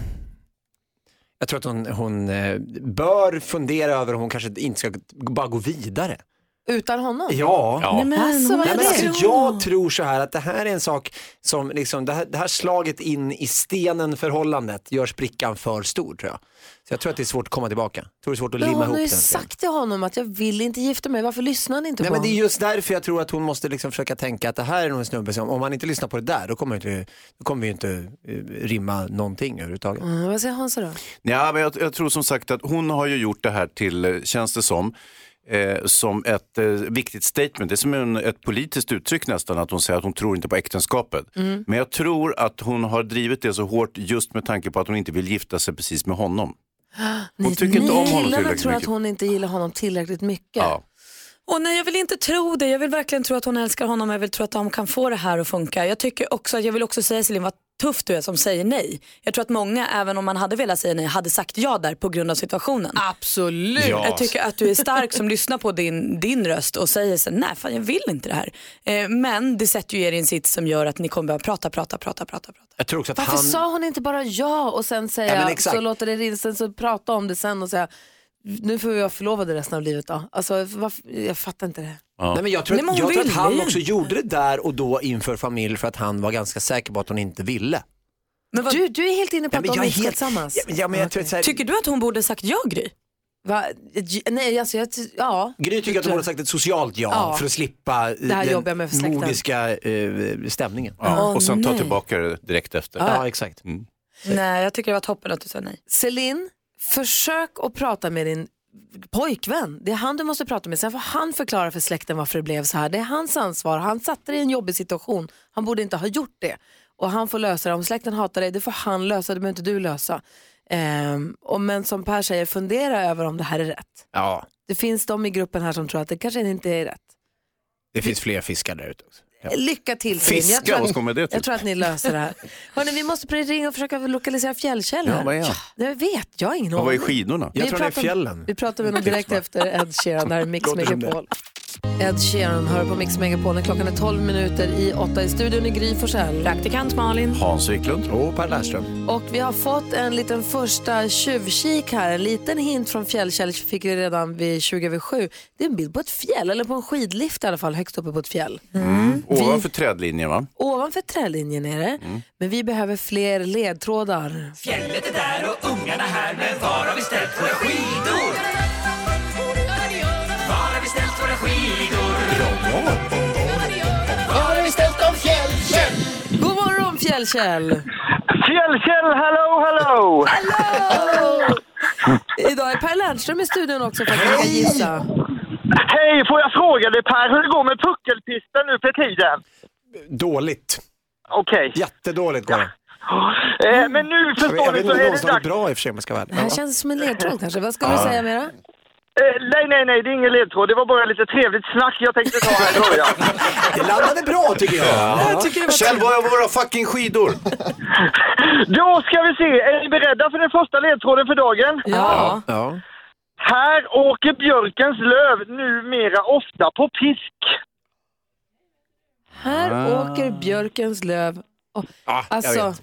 Speaker 13: jag tror att hon, hon eh, bör fundera över om hon kanske inte ska g- bara gå vidare.
Speaker 4: Utan honom?
Speaker 13: Ja.
Speaker 4: Nej, men, alltså, vad
Speaker 13: Nej,
Speaker 4: är
Speaker 13: men
Speaker 4: det?
Speaker 13: alltså, jag tror så här att det här är en sak som, liksom, det, här, det här slaget in i stenen förhållandet gör sprickan för stor tror jag. Så jag tror att det är svårt att komma tillbaka. Jag tror det är svårt att
Speaker 4: Men
Speaker 13: limma
Speaker 4: hon
Speaker 13: ihop
Speaker 4: har ju
Speaker 13: den. stenen.
Speaker 4: sagt till honom att jag vill inte gifta mig. Varför lyssnar ni inte
Speaker 13: Nej,
Speaker 4: på
Speaker 13: men det är
Speaker 4: honom?
Speaker 13: just därför jag tror att hon måste liksom försöka tänka att det här är nog en snubbe som, om han inte lyssnar på det där, då kommer, inte, då kommer vi ju inte eh, rimma någonting överhuvudtaget.
Speaker 4: Mm, vad säger Hans då?
Speaker 6: Ja, men jag, jag tror som sagt att hon har ju gjort det här till, eh, känns det som, eh, som ett eh, viktigt statement. Det är som en, ett politiskt uttryck nästan, att hon säger att hon tror inte på äktenskapet.
Speaker 20: Mm.
Speaker 6: Men jag tror att hon har drivit det så hårt just med tanke på att hon inte vill gifta sig precis med honom.
Speaker 4: Ni-
Speaker 6: tycker inte om honom
Speaker 4: Killarna
Speaker 6: tillräckligt
Speaker 4: tror att
Speaker 6: mycket.
Speaker 4: hon inte gillar honom tillräckligt mycket.
Speaker 6: Ja.
Speaker 5: Och nej, jag vill inte tro det. Jag vill verkligen tro att hon älskar honom. Jag vill tro att de kan få det här att funka. Jag tycker också att jag vill också säga Celine vad tuff du är som säger nej. Jag tror att många, även om man hade velat säga nej, hade sagt ja där på grund av situationen.
Speaker 16: Absolut.
Speaker 20: Ja.
Speaker 5: Jag tycker att du är stark som lyssnar på din, din röst och säger så nej fan jag vill inte det här. Eh, men det sätter ju er i en sits som gör att ni kommer behöva prata, prata, prata, prata. prata.
Speaker 13: Jag tror också att
Speaker 4: Varför
Speaker 13: han...
Speaker 4: sa hon inte bara ja och sen
Speaker 13: Ja, men
Speaker 4: säga,
Speaker 13: exakt.
Speaker 4: så låter det rinna, sen så prata om det sen och säga, nu får vi vara förlovade resten av livet då. Alltså, varför, jag fattar inte det.
Speaker 13: Nej, men jag tror,
Speaker 4: Nej, men
Speaker 13: att,
Speaker 4: hon
Speaker 13: jag tror att
Speaker 4: ville
Speaker 13: han
Speaker 4: ju.
Speaker 13: också gjorde det där och då inför familj för att han var ganska säker på att hon inte ville.
Speaker 4: du, du är helt inne på
Speaker 13: Ja,
Speaker 4: att
Speaker 13: men jag
Speaker 4: de är
Speaker 13: är
Speaker 4: helt...
Speaker 13: helt-
Speaker 4: tillsammans.
Speaker 13: Ja, men- ja, men jag tror att så här- Tycker
Speaker 5: du att hon borde sagt ja, Gry?
Speaker 4: Va? J- Nej, alltså jag, ty- ja.
Speaker 13: Gry tycker att hon har sagt ett socialt ja,
Speaker 4: Ja.
Speaker 13: för att slippa eh,
Speaker 4: Det här jobbar jag med för
Speaker 13: den
Speaker 4: släkten.
Speaker 13: modiska eh, stämningen.
Speaker 4: Ja,
Speaker 6: och sen ta
Speaker 4: nej.
Speaker 6: tillbaka det direkt efter. Mm.
Speaker 4: Ja,
Speaker 13: exakt.
Speaker 5: Nej, jag tycker det var toppen att du sa nej.
Speaker 4: Celine, försök att prata med din pojkvän. Det är han du måste prata med. Sen får han förklara för släkten varför det blev så här. Det är hans ansvar. Han satte dig i en jobbig situation. Han borde inte ha gjort det. Och han får lösa det. Om släkten hatar dig, det får han lösa. Det behöver inte du lösa. Ehm, och men som Per säger, fundera över om det här är rätt.
Speaker 13: Ja,
Speaker 4: Det finns de i gruppen här som tror att det kanske inte är rätt.
Speaker 13: det finns fler fiskar där ute. också. Ja.
Speaker 4: Lycka till Celine.
Speaker 13: Fiska,
Speaker 4: jag tror,
Speaker 13: vad ska man med det
Speaker 4: jag
Speaker 13: till?
Speaker 4: tror att ni löser det här. Hörrni, vi måste ringa och försöka lokalisera fjällkällor.
Speaker 6: Ja, vad är han?
Speaker 4: jag vet, jag har ingen
Speaker 6: Vad
Speaker 4: aning.
Speaker 6: var är skidorna?
Speaker 4: Vi pratar- Vi pratar med honom direkt efter Ed Sheeran. Det här är Mix
Speaker 6: Låter som det.
Speaker 4: Megapol. Ed Sheeran hör på Mix Megapol. Klockan är 12 minuter i 8 i studion i Gry Forssell.
Speaker 5: Praktikant Malin.
Speaker 6: Hans Wiklund.
Speaker 13: Och Per Lernström.
Speaker 4: Och vi har fått en liten första tjuvkik här. En liten hint från fjällkäll fick vi redan vid 20 över 7. Det är en bild på ett fjäll, eller på en skidlift i alla fall, högst uppe på ett fjäll.
Speaker 6: Mm. Ovanför trädlinjen va?
Speaker 4: Ovanför trälinjen är det,
Speaker 6: Mm.
Speaker 4: men vi behöver fler ledtrådar.
Speaker 20: Fjället är där och ungarna här, men var har vi ställt våra skidor? Var har vi ställt våra skidor? Var har vi ställt dem fjällkäll?
Speaker 4: God morgon fjällkäll!
Speaker 20: Fjällkäll, hello, hello!
Speaker 4: Hello! Idag är Per Lernström i studion också för att vi ska gissa.
Speaker 20: Hej, får jag fråga dig Per hur det går med puckelpisten nu för tiden?
Speaker 13: Dåligt.
Speaker 20: Okej.
Speaker 13: Jättedåligt går det.
Speaker 20: Eh, men nu
Speaker 13: Jag vet, jag
Speaker 20: förstår
Speaker 13: vet
Speaker 20: ni
Speaker 13: inte
Speaker 20: så
Speaker 13: om
Speaker 20: är
Speaker 13: någonstans
Speaker 20: det
Speaker 13: det är
Speaker 20: dags.
Speaker 13: bra i och för sig om jag ska vara ärlig.
Speaker 4: Det här känns som en ledtråd kanske. Vad skulle
Speaker 13: Ja.
Speaker 4: du säga mera?
Speaker 20: Eh, nej, nej, nej, det är ingen ledtråd. Det var bara lite trevligt snack jag tänkte ta här i början.
Speaker 13: Det landade bra tycker jag.
Speaker 20: Jag tycker det var
Speaker 6: Kjell, var är våra fucking skidor?
Speaker 20: Då ska vi se, är ni beredda för den första ledtråden för dagen?
Speaker 4: Ja.
Speaker 13: ja.
Speaker 20: Här åker björkens löv numera ofta på pisk.
Speaker 4: Här
Speaker 20: Ah.
Speaker 4: åker björkens löv. Oh,
Speaker 6: Ja, jag
Speaker 4: alltså,
Speaker 6: vet.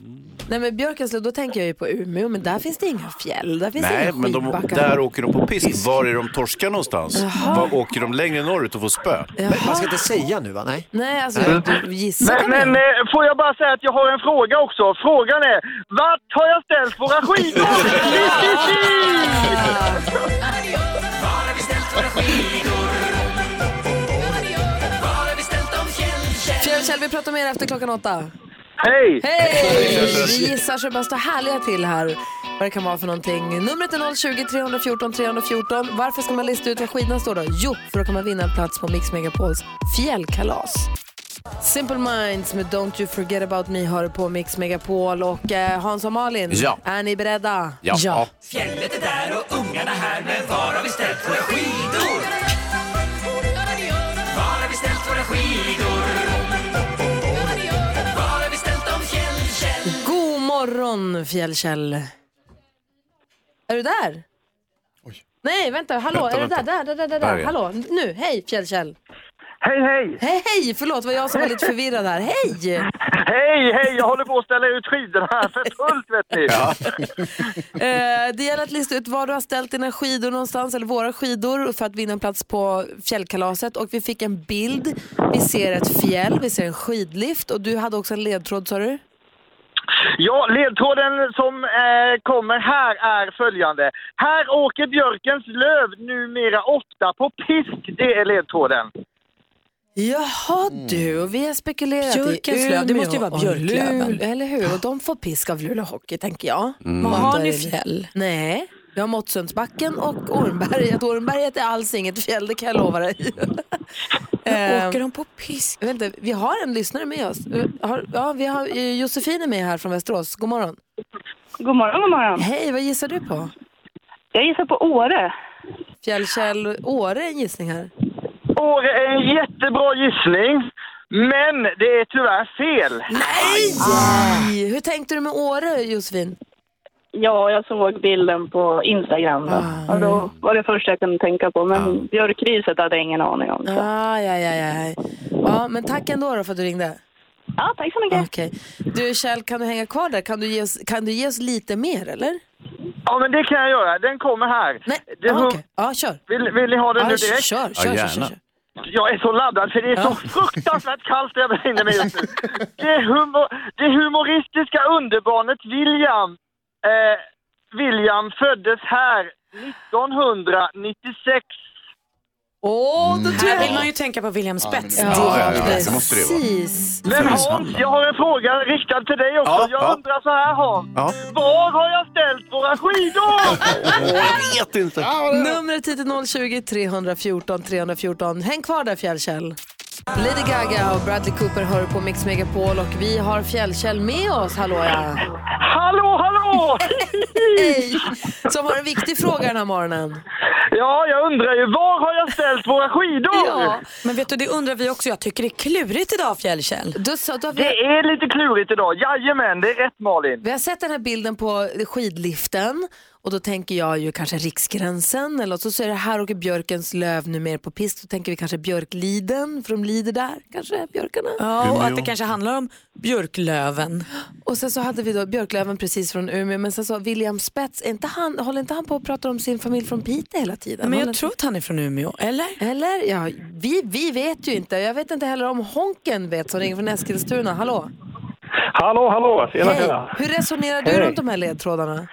Speaker 4: nej men björkens löv, då tänker jag ju på Umeå, men där finns det inga fjäll. Där finns
Speaker 6: Nej,
Speaker 4: inga
Speaker 6: men de,
Speaker 4: skidbackar.
Speaker 6: där åker de på pisk. Var är de torskar någonstans?
Speaker 4: Jaha.
Speaker 6: Var åker de längre norrut och får spö?
Speaker 13: Men man ska inte säga nu va? Nej.
Speaker 4: Nej, alltså
Speaker 6: Mm.
Speaker 4: du gissar
Speaker 20: Men, men eh, får jag bara säga att jag har en fråga också. Frågan är, vart har jag ställt våra skidor?
Speaker 4: Fjällkäll, vi pratar mer efter klockan åtta.
Speaker 20: Hej!
Speaker 4: Hej! Vi gissar så det bara står härliga till här. Vad det kan vara för någonting. Numret är 020 314 314. Varför ska man lista ut vad skidorna står då? Jo, för att man vinna en plats på Mix Megapols fjällkalas. Simple Minds med Don't You Forget About Me hör på Mix Megapol och eh, Hans och Malin,
Speaker 20: Ja.
Speaker 4: är ni beredda?
Speaker 20: Fjället är där och ungarna här, men var har vi ställt våra skidor? Var har vi ställt våra skidor? Var har vi ställt dem fjällkäll?
Speaker 4: God morgon Fjällkäll. Är du där? Nej, vänta, hallå,
Speaker 20: Vänta,
Speaker 4: är du där?
Speaker 20: vänta.
Speaker 4: Där, där, där, där,
Speaker 20: Där
Speaker 4: där.
Speaker 20: är jag.
Speaker 4: hallå, nu, hej Fjällkäll.
Speaker 20: Hej, hej!
Speaker 4: Hej, hej, förlåt, det var jag som var lite förvirrad här. Hej!
Speaker 20: Hej, hej! Jag håller på att ställa ut skidorna här för fullt, vet ni.
Speaker 4: Eh, det gäller att lista ut var du har ställt dina skidor någonstans, eller våra skidor, för att vinna en plats på fjällkalaset. Och vi fick en bild, vi ser ett fjäll, vi ser en skidlift och du hade också en ledtråd sa du?
Speaker 20: Ja, ledtråden som eh, kommer här är följande. Här åker björkens löv numera ofta på pisk. Det är ledtråden.
Speaker 4: Jaha du, och vi har spekulerat
Speaker 5: Björkens
Speaker 4: i
Speaker 5: löv, det
Speaker 4: Umeå
Speaker 5: måste ju vara
Speaker 4: och
Speaker 5: björklöven.
Speaker 4: Luleå, Eller hur, och de får pisk av Luleå Hockey tänker jag.
Speaker 5: Men har
Speaker 4: Antar
Speaker 5: ni
Speaker 4: jag.
Speaker 5: fjäll?
Speaker 4: Nej. Jag har Måttsundsbacken och Ormberget. Ormberget är alls inget fjäll, det kan jag lova dig.
Speaker 5: Åker de på pisk?
Speaker 4: Jag vet inte, vi har en lyssnare med oss. Har, ja, vi har, eh, Josefin är med här från Västerås. God morgon.
Speaker 21: God morgon, god morgon.
Speaker 4: Hej, vad gissar du på?
Speaker 21: Jag gissar på Åre.
Speaker 4: Fjällkäll, Åre är en gissning här.
Speaker 20: Åre är en jättebra gissning, men det är tyvärr fel.
Speaker 4: Nej! Hur tänkte du med Åre, Josefin?
Speaker 21: Ja, jag såg bilden liksom på Instagram. Då.
Speaker 10: Ah,
Speaker 21: Och då var det första jag kunde tänka på. Men björkriset hade jag ingen aning om. Så.
Speaker 4: Ah, ja, ja, ja. ja, men tack ändå då för att du ringde.
Speaker 21: Ja, tack så mycket.
Speaker 4: Okej. Du Kjell, kan du hänga kvar där? Kan du ge oss, kan du ge oss lite mer eller?
Speaker 20: Ja, men det kan jag göra. Den kommer här.
Speaker 4: Nej,
Speaker 20: det,
Speaker 4: ah, okej. Ja, kör.
Speaker 20: vill, vill ni ha den
Speaker 4: Ja,
Speaker 20: nu direkt?
Speaker 4: Kör, kör, kör, kör, kör.
Speaker 20: Jag är så laddad för det är så fruktansvärt kallt där jag befinner mig just nu. Det, humor, det humoristiska underbarnet William, eh, William föddes här 1996.
Speaker 4: Åh, då
Speaker 5: Här vill man ju tänka på William Spets.
Speaker 20: Ja,
Speaker 5: Det-
Speaker 20: ja, ja,
Speaker 6: det måste det ju vara.
Speaker 4: Precis.
Speaker 20: Men Hans, jag har en fråga riktad till dig också.
Speaker 6: Ja,
Speaker 20: jag
Speaker 6: ja.
Speaker 20: undrar så här Hans.
Speaker 6: Ja.
Speaker 20: Var har jag ställt våra skidor?
Speaker 6: Jag vet inte.
Speaker 4: Numret hit är 020 314 314. Häng kvar där Fjällkäll. Lady Gaga och Bradley Cooper hör på Mix Megapol och vi har Fjällkäll med oss. Hallå ja.
Speaker 20: Hallå, hallå!
Speaker 4: Hej! Som har en viktig fråga den här morgonen.
Speaker 20: Ja, jag undrar ju var har jag ställt våra skidor?
Speaker 5: Ja, men vet du, det undrar vi också. Jag tycker det är klurigt idag, Fjällkäll.
Speaker 4: Du sa, du har, vi,
Speaker 20: Det
Speaker 4: har,
Speaker 20: är lite klurigt idag. Jajamän, det är rätt Malin.
Speaker 4: vi har sett den här bilden på skidliften och då tänker jag ju kanske Riksgränsen eller så, så är det här åker björkens löv nu mer på pist. Då tänker vi kanske Björkliden för de lider där kanske, björkarna.
Speaker 5: Ja, och att det kanske handlar om björklöven.
Speaker 4: Och sen så hade vi då Björklöven precis från Umeå, men sen så William Spets, är inte han, håller inte han på och pratar om sin familj från Piteå hela tiden?
Speaker 5: Men
Speaker 4: Håller
Speaker 5: jag tror att han är från Umeå, eller?
Speaker 4: Eller? Ja, vi, vi vet ju inte. Jag vet inte heller om Honken vet som ringer från Eskilstuna. Hallå?
Speaker 22: Hallå, hallå! Tjena,
Speaker 4: Hej.
Speaker 22: tjena!
Speaker 4: Hur resonerar du
Speaker 22: Hej.
Speaker 4: runt de här ledtrådarna?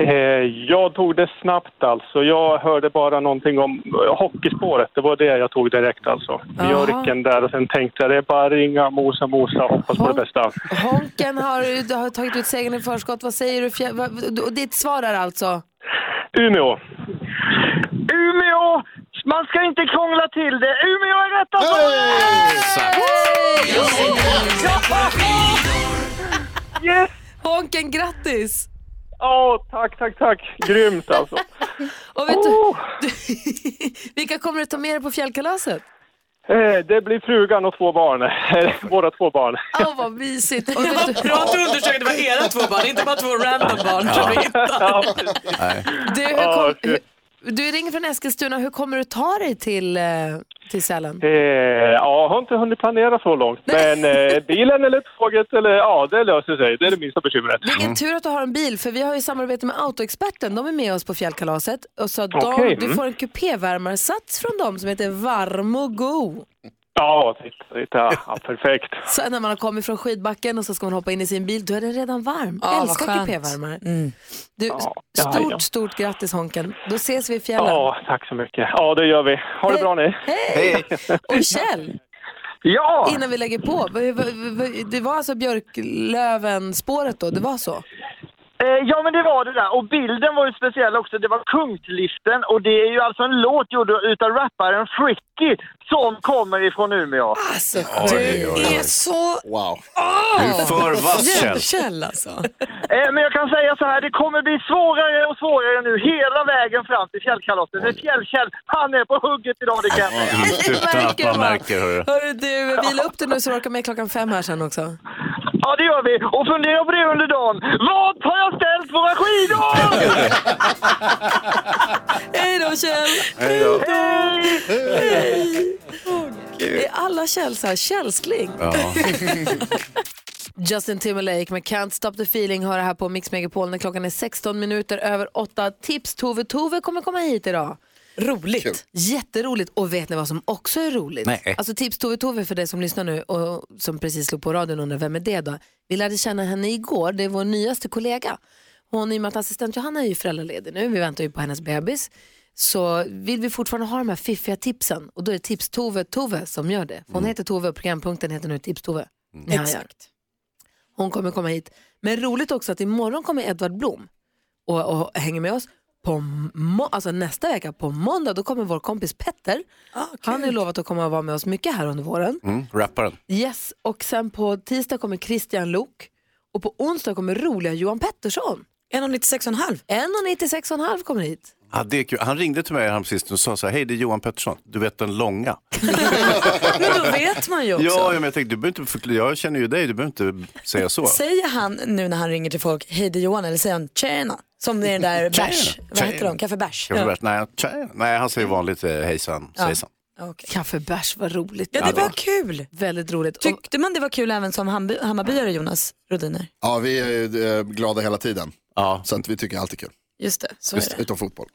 Speaker 22: Eh, jag tog det snabbt alltså. Jag hörde bara någonting om eh, hockeyspåret. Det var det jag tog direkt alltså. Björken där och sen tänkte jag det är bara ringa, mosa, mosa, hoppas på det bästa.
Speaker 4: Honken har, ju- du har tagit ut segern i förskott. Vad säger du? Fjär, vad, och ditt svar är alltså?
Speaker 22: Umeå!
Speaker 20: Umeå! Man ska inte krångla till det. Umeå är rätta svaret!
Speaker 22: Yes!
Speaker 4: Honken, grattis!
Speaker 22: Åh, tack, tack, tack! Grymt alltså!
Speaker 4: Och vet du, vilka kommer du ta med dig på fjällkalaset?
Speaker 22: Eh, det blir frugan och två barn. Eh, Våra två barn.
Speaker 4: Åh, vad mysigt! Och vet du,
Speaker 5: Bra att du undersökte det var era två barn, inte bara två random barn som du hittade.
Speaker 4: du, hur kom, hur, du ringer från Eskilstuna. Hur kommer du ta dig till, eh, till Sälen?
Speaker 22: Eh, ja, jag har inte hunnit planera så långt. Men eh, bilen eller tåget, eller, ja, det löser sig. Det är det minsta bekymret. Mm.
Speaker 4: Vilken tur att du har en bil, för vi har ju samarbete med Autoexperten. De är med oss på fjällkalaset. Och så att de,
Speaker 22: Okej,
Speaker 4: Du
Speaker 22: mm.
Speaker 4: får en kupévärmarsats från dem som heter Varmo Go.
Speaker 22: Ja, titta, titta. Ja, perfekt.
Speaker 4: Så när man har kommit från skidbacken och så ska man hoppa in i sin bil, då är den redan varm.
Speaker 5: Ja, vad
Speaker 4: Älskar
Speaker 5: skönt. Mm.
Speaker 4: kupévärmare. Du,
Speaker 22: ja,
Speaker 4: stort,
Speaker 22: ja.
Speaker 4: stort grattis Honken. Då ses vi i fjällen.
Speaker 22: Ja, tack så mycket. Ja, det gör vi. Ha det bra ni.
Speaker 4: Hej! Och Kjell,
Speaker 20: Ja!
Speaker 4: innan vi lägger på. v- v- v- Det var alltså Björklöven-spåret då, det var så?
Speaker 20: Eh, Ja men det var det där och bilden var ju speciell också. Det var Punktliften och det är ju alltså en låt gjord utav rapparen Fricky som kommer ifrån Umeå.
Speaker 5: Alltså,
Speaker 6: Oj,
Speaker 5: du
Speaker 6: oj, oj.
Speaker 5: är så...
Speaker 6: Wow. Du är för vass Kjell.
Speaker 5: Jävkäll alltså.
Speaker 20: Eh, Men jag kan säga så här, det kommer bli svårare och svårare nu hela vägen fram till fjällkalaset. För Fjällkäll, han är på hugget idag det kan jag säga.
Speaker 6: Utan att man märker, hörru.
Speaker 4: Hörru du, vila upp dig nu så du orkar med klockan fem här sen också.
Speaker 20: Ja det gör vi och fundera på det under dagen. Vart har jag ställt våra skidor?
Speaker 4: Hej då Kjell!
Speaker 6: Hej då.
Speaker 4: Hej! Är alla Kjell så här källsling?
Speaker 6: Ja.
Speaker 4: Justin Timberlake med Can't Stop The Feeling hör det här på Mix Megapol när klockan är 16 minuter över 8. Tips-Tove Tove kommer komma hit idag.
Speaker 5: Roligt.
Speaker 4: Jätteroligt. Och vet ni vad som också är roligt?
Speaker 5: Nej.
Speaker 4: Alltså Tips-Tove Tove för dig som lyssnar nu och som precis slog på radion undrar vem är det då? Vi lärde känna henne igår, det är vår nyaste kollega. Hon, i och med att assistent Johanna är ju föräldraledig nu, vi väntar ju på hennes bebis, så vill vi fortfarande ha de här fiffiga tipsen och då är det Tips-Tove Tove som gör det. Hon heter Tove och programpunkten heter nu Tips-Tove. Ja, ja.
Speaker 5: Exakt.
Speaker 4: Hon kommer komma hit. Men roligt också att imorgon kommer Edvard Blom och, och hänger med oss. på må- alltså nästa vecka på måndag. Då kommer vår kompis Petter. Han har ju lovat att komma och vara med oss mycket här under våren.
Speaker 6: Mm, rapparen.
Speaker 4: Yes, och sen på tisdag kommer Christian Lok och på onsdag kommer roliga Johan Pettersson.
Speaker 5: 1,96,5.
Speaker 4: 1,96,5 kommer hit.
Speaker 6: Ja, det är kul. Han ringde till mig precis och sa så här, hej det är Johan Pettersson, du vet den långa.
Speaker 5: Men då vet man ju också.
Speaker 6: Ja, men jag tänkte, du behöver inte förklara, jag känner ju dig, du behöver inte säga så.
Speaker 5: Säger han nu när han ringer till folk, hej det är Johan, eller säger han tjena? Som i den där
Speaker 6: Tjena.
Speaker 5: bärs, vad heter de, kaffe bärs?
Speaker 6: Jag får bara, nej, tjena. nej, han säger vanligt eh, hejsan,
Speaker 5: Ja.
Speaker 6: sejsan.
Speaker 4: Kaffebärs, vad roligt.
Speaker 5: Ja,
Speaker 6: Ja,
Speaker 5: det
Speaker 6: det
Speaker 5: var kul.
Speaker 4: Väldigt roligt.
Speaker 5: Tyckte man det var kul även som Hammarby- Hammarbyare, Jonas Rodiner?
Speaker 17: Ja, vi är ju, eh, glada hela tiden.
Speaker 6: Ja.
Speaker 17: Så att vi tycker allt är kul.
Speaker 5: Just det, så är
Speaker 17: Just,
Speaker 5: det.
Speaker 17: utom fotboll.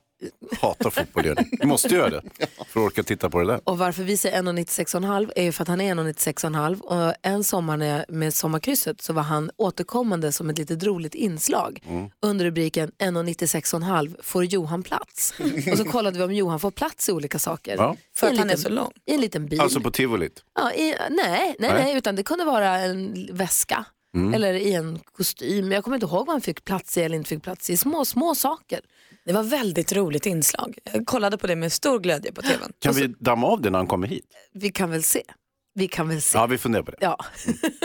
Speaker 6: Hatar fotboll, gör ni. Ni måste göra det för att orka titta på det där.
Speaker 4: Och varför vi säger 1,96,5 är ju för att han är 1,96,5 och en sommar när jag, med Sommarkrysset så var han återkommande som ett litet roligt inslag
Speaker 12: Mm.
Speaker 4: under rubriken 1,96,5 får Johan plats? och så kollade vi om Johan får plats i olika saker.
Speaker 6: Ja.
Speaker 5: För
Speaker 4: I en
Speaker 5: att han
Speaker 4: liten-
Speaker 5: är så lång.
Speaker 4: I en liten bil.
Speaker 6: Alltså på tivolit.
Speaker 4: Ja, i, nej, nej,
Speaker 6: Nej.
Speaker 4: nej, utan det kunde vara en väska
Speaker 6: Mm.
Speaker 4: eller i en kostym. Jag kommer inte ihåg vad han fick plats i eller inte fick plats i. Små, små saker.
Speaker 5: Det var väldigt roligt inslag. Jag kollade på det med stor glädje på tvn.
Speaker 6: Kan vi damma av det när han kommer hit?
Speaker 4: Vi kan väl se. Vi kan väl se.
Speaker 6: Ja, vi funderar på det.
Speaker 4: Ja,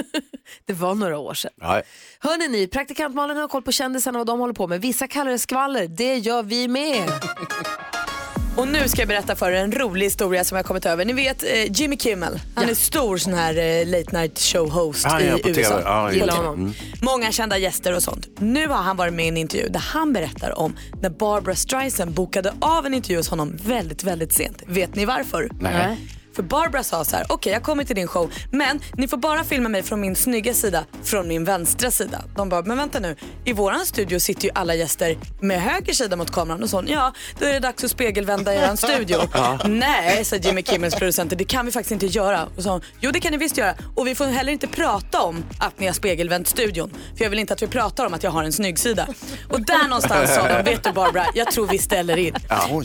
Speaker 4: det var några år sedan.
Speaker 6: Ja.
Speaker 4: Hörrni ni, praktikant Malin har koll på kändisarna och vad de håller på med. Vissa kallar det skvaller, det gör vi med.
Speaker 5: Och nu ska jag berätta för er en rolig historia som jag har kommit över. Ni vet eh, Jimmy Kimmel, han är stor sån här eh, late night show host
Speaker 6: Han
Speaker 5: i
Speaker 6: är på
Speaker 5: USA.
Speaker 6: TV. Ja,
Speaker 5: Gillar
Speaker 6: just det.
Speaker 5: honom.
Speaker 6: Mm.
Speaker 5: Många kända gäster och sånt. Nu har han varit med i en intervju där han berättar om när Barbara Streisand bokade av en intervju hos honom väldigt, väldigt sent. Vet ni varför?
Speaker 12: Nej.
Speaker 5: För Barbara sa så här, okej jag kommer till din show men ni får bara filma mig från min snygga sida, från min vänstra sida. De bara, men vänta nu, i våran studio sitter ju alla gäster med höger sida mot kameran och sånt. Ja, då är det dags att spegelvända eran studio.
Speaker 12: Ja.
Speaker 5: Nej, sa Jimmy Kimmels producenter, det kan vi faktiskt inte göra. Och så sa hon, jo det kan ni visst göra och vi får heller inte prata om att ni har spegelvänt studion. För jag vill inte att vi pratar om att jag har en snygg sida. Och där någonstans sa de, vet du Barbara, jag tror vi ställer in.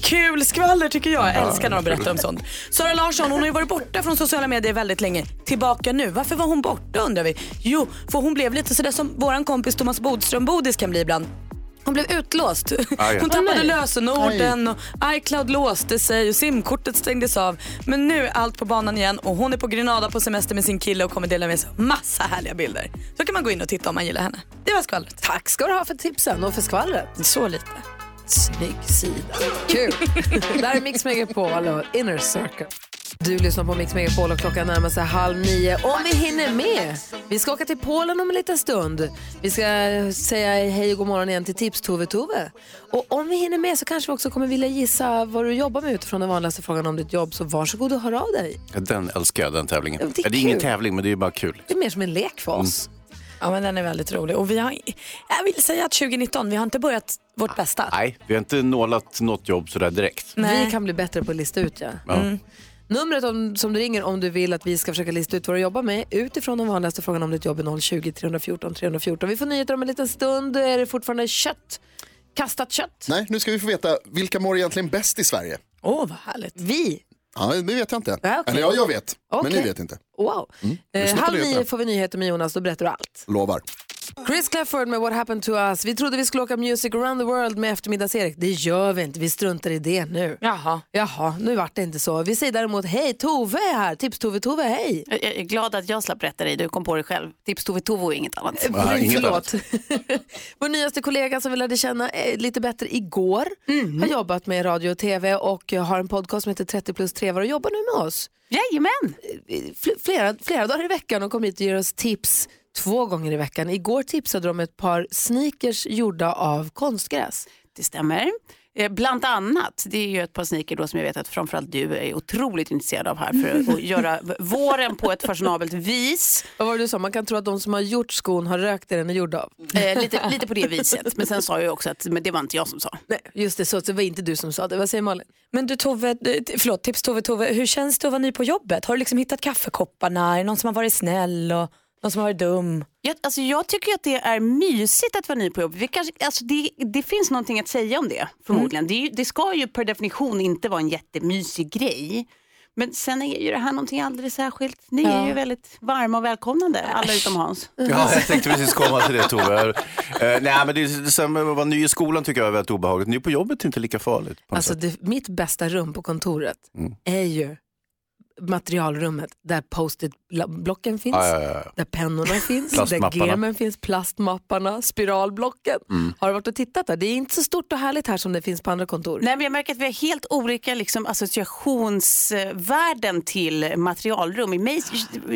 Speaker 5: Kul skvaller tycker jag. Jag älskar när de berättar om sånt. Sara Larsson hon har ju varit borta från sociala medier väldigt länge. Tillbaka nu. Varför var hon borta undrar vi. Jo, för hon blev lite sådär som våran kompis Thomas Bodström Bodis kan bli ibland. Hon blev utlåst.
Speaker 12: Aj.
Speaker 5: Hon tappade
Speaker 12: Åh, nej.
Speaker 5: lösenorden och iCloud låste sig och simkortet stängdes av. Men nu är allt på banan igen och hon är på Grenada på semester med sin kille och kommer dela med sig av massa härliga bilder. Så kan man gå in och titta om man gillar henne. Det var skvallret.
Speaker 4: Tack ska du ha för tipsen och för skvallret.
Speaker 5: Så lite.
Speaker 4: Snygg sida. Kul. Där är Mix Megapol och Inner Circle. Du lyssnar på Mix Megapol och klockan närmar sig halv nio. Om vi hinner med. Vi ska åka till Polen om en liten stund. Vi ska säga hej och god morgon igen till Tips-Tove-Tove. Och om vi hinner med så kanske vi också kommer vilja gissa vad du jobbar med utifrån den vanligaste frågan om ditt jobb. Så varsågod och hör av dig.
Speaker 6: Ja, Den älskar jag, den tävlingen. Ja, Det
Speaker 4: det är
Speaker 6: är, ingen
Speaker 4: kul.
Speaker 6: tävling, men det är ju bara kul. Mm.
Speaker 4: Det är mer som en lek för oss.
Speaker 5: Mm. Ja men den är väldigt rolig och vi har, jag vill säga att 2019, vi har inte börjat vårt bästa.
Speaker 6: Nej, vi har inte nålat något jobb sådär direkt.
Speaker 4: Vi kan bli bättre på att lista ut ja. Mm.
Speaker 6: Ja.
Speaker 4: Numret om, som du ringer om du vill att vi ska försöka lista ut vad du jobbar med utifrån den vanligaste frågan om ditt jobb är 020-314 314. Vi får nyheter om en liten stund. Är det fortfarande kött? Kastat kött?
Speaker 17: Nej, nu ska vi få veta vilka mår egentligen bäst i Sverige.
Speaker 5: Åh, vad härligt.
Speaker 4: Vi?
Speaker 17: Ja, det vet jag inte.
Speaker 4: Ja, okej.
Speaker 17: Eller ja, jag vet. Men
Speaker 4: Okej.
Speaker 17: ni vet inte.
Speaker 4: Wow.
Speaker 17: Mm.
Speaker 4: Eh,
Speaker 17: Lyssna på
Speaker 4: halv
Speaker 17: nyheterna.
Speaker 4: nio får vi nyheter med Jonas, då berättar du allt.
Speaker 17: Lovar.
Speaker 4: Chris Clafford med What Happened To Us. Vi trodde vi skulle åka Music Around the World med eftermiddags-Erik. Det gör vi inte, vi struntar i det nu.
Speaker 5: Jaha.
Speaker 4: Jaha, nu vart det inte så. Vi säger däremot hej, Tove är här. Tips-Tove-Tove, hej.
Speaker 10: Jag jag är glad att jag slapp rätta dig, du kom på det själv. Tips Tove Tovo och inget annat.
Speaker 4: Ja, inget Förlåt. Vår nyaste kollega som vi lärde känna eh, lite bättre igår
Speaker 10: Mm.
Speaker 4: har jobbat med radio och tv och eh, har en podcast som heter 30 plus trevar och jobbar nu med oss. Eh,
Speaker 10: Jajamän!
Speaker 4: Flera, flera dagar i veckan och kommer hit och ger oss tips två gånger i veckan. Igår tipsade de om ett par sneakers gjorda av konstgräs.
Speaker 10: Det stämmer. Eh, Bland annat, det är ju ett par sneaker då som jag vet att framförallt du är otroligt intresserad av här för att- att göra v- våren på ett fashionabelt vis.
Speaker 4: Vad var det du sa? Man kan tro att de som har gjort skon har rökt det den är gjord av.
Speaker 10: Eh, lite, lite på det viset. Men sen sa jag ju också att men det var inte jag som sa.
Speaker 4: Nej, just det, så det var inte du som sa det. Vad säger Malin?
Speaker 5: Men du Tove, du- t- förlåt, tips Tove, Tove, hur känns det att vara ny på jobbet? Har du liksom hittat kaffekopparna? Är det någon som har varit snäll och någon som har varit dum?
Speaker 10: Jag, alltså jag tycker att det är mysigt att vara ny på jobb. Vi kanske, alltså det, det finns någonting att säga om det förmodligen. Det, är ju- det ska ju per definition inte vara en jättemysig grej. Men sen är ju det här någonting alldeles särskilt. Ni
Speaker 23: Ja.
Speaker 10: är ju väldigt varma och välkomnande, alla utom Hans.
Speaker 6: Ja, jag tänkte precis komma till det Tove. Eh, nej, men det, är- sen att vara ny i skolan tycker jag är väldigt obehagligt. Ny på jobbet är inte lika farligt. På något
Speaker 4: Alltså
Speaker 6: sätt. Mm.
Speaker 4: det, mitt bästa rum på kontoret är ju materialrummet där post-it-blocken finns,
Speaker 6: Ja, ja, ja, ja.
Speaker 4: där pennorna finns, där
Speaker 6: Plastmapparna.
Speaker 4: gemen finns, plastmapparna, spiralblocken.
Speaker 6: Mm.
Speaker 4: Har du varit och tittat där? Det är inte så stort och härligt här som det finns på andra kontor.
Speaker 10: Nej, men jag märker att vi har helt olika liksom, associationsvärden till materialrum. I mig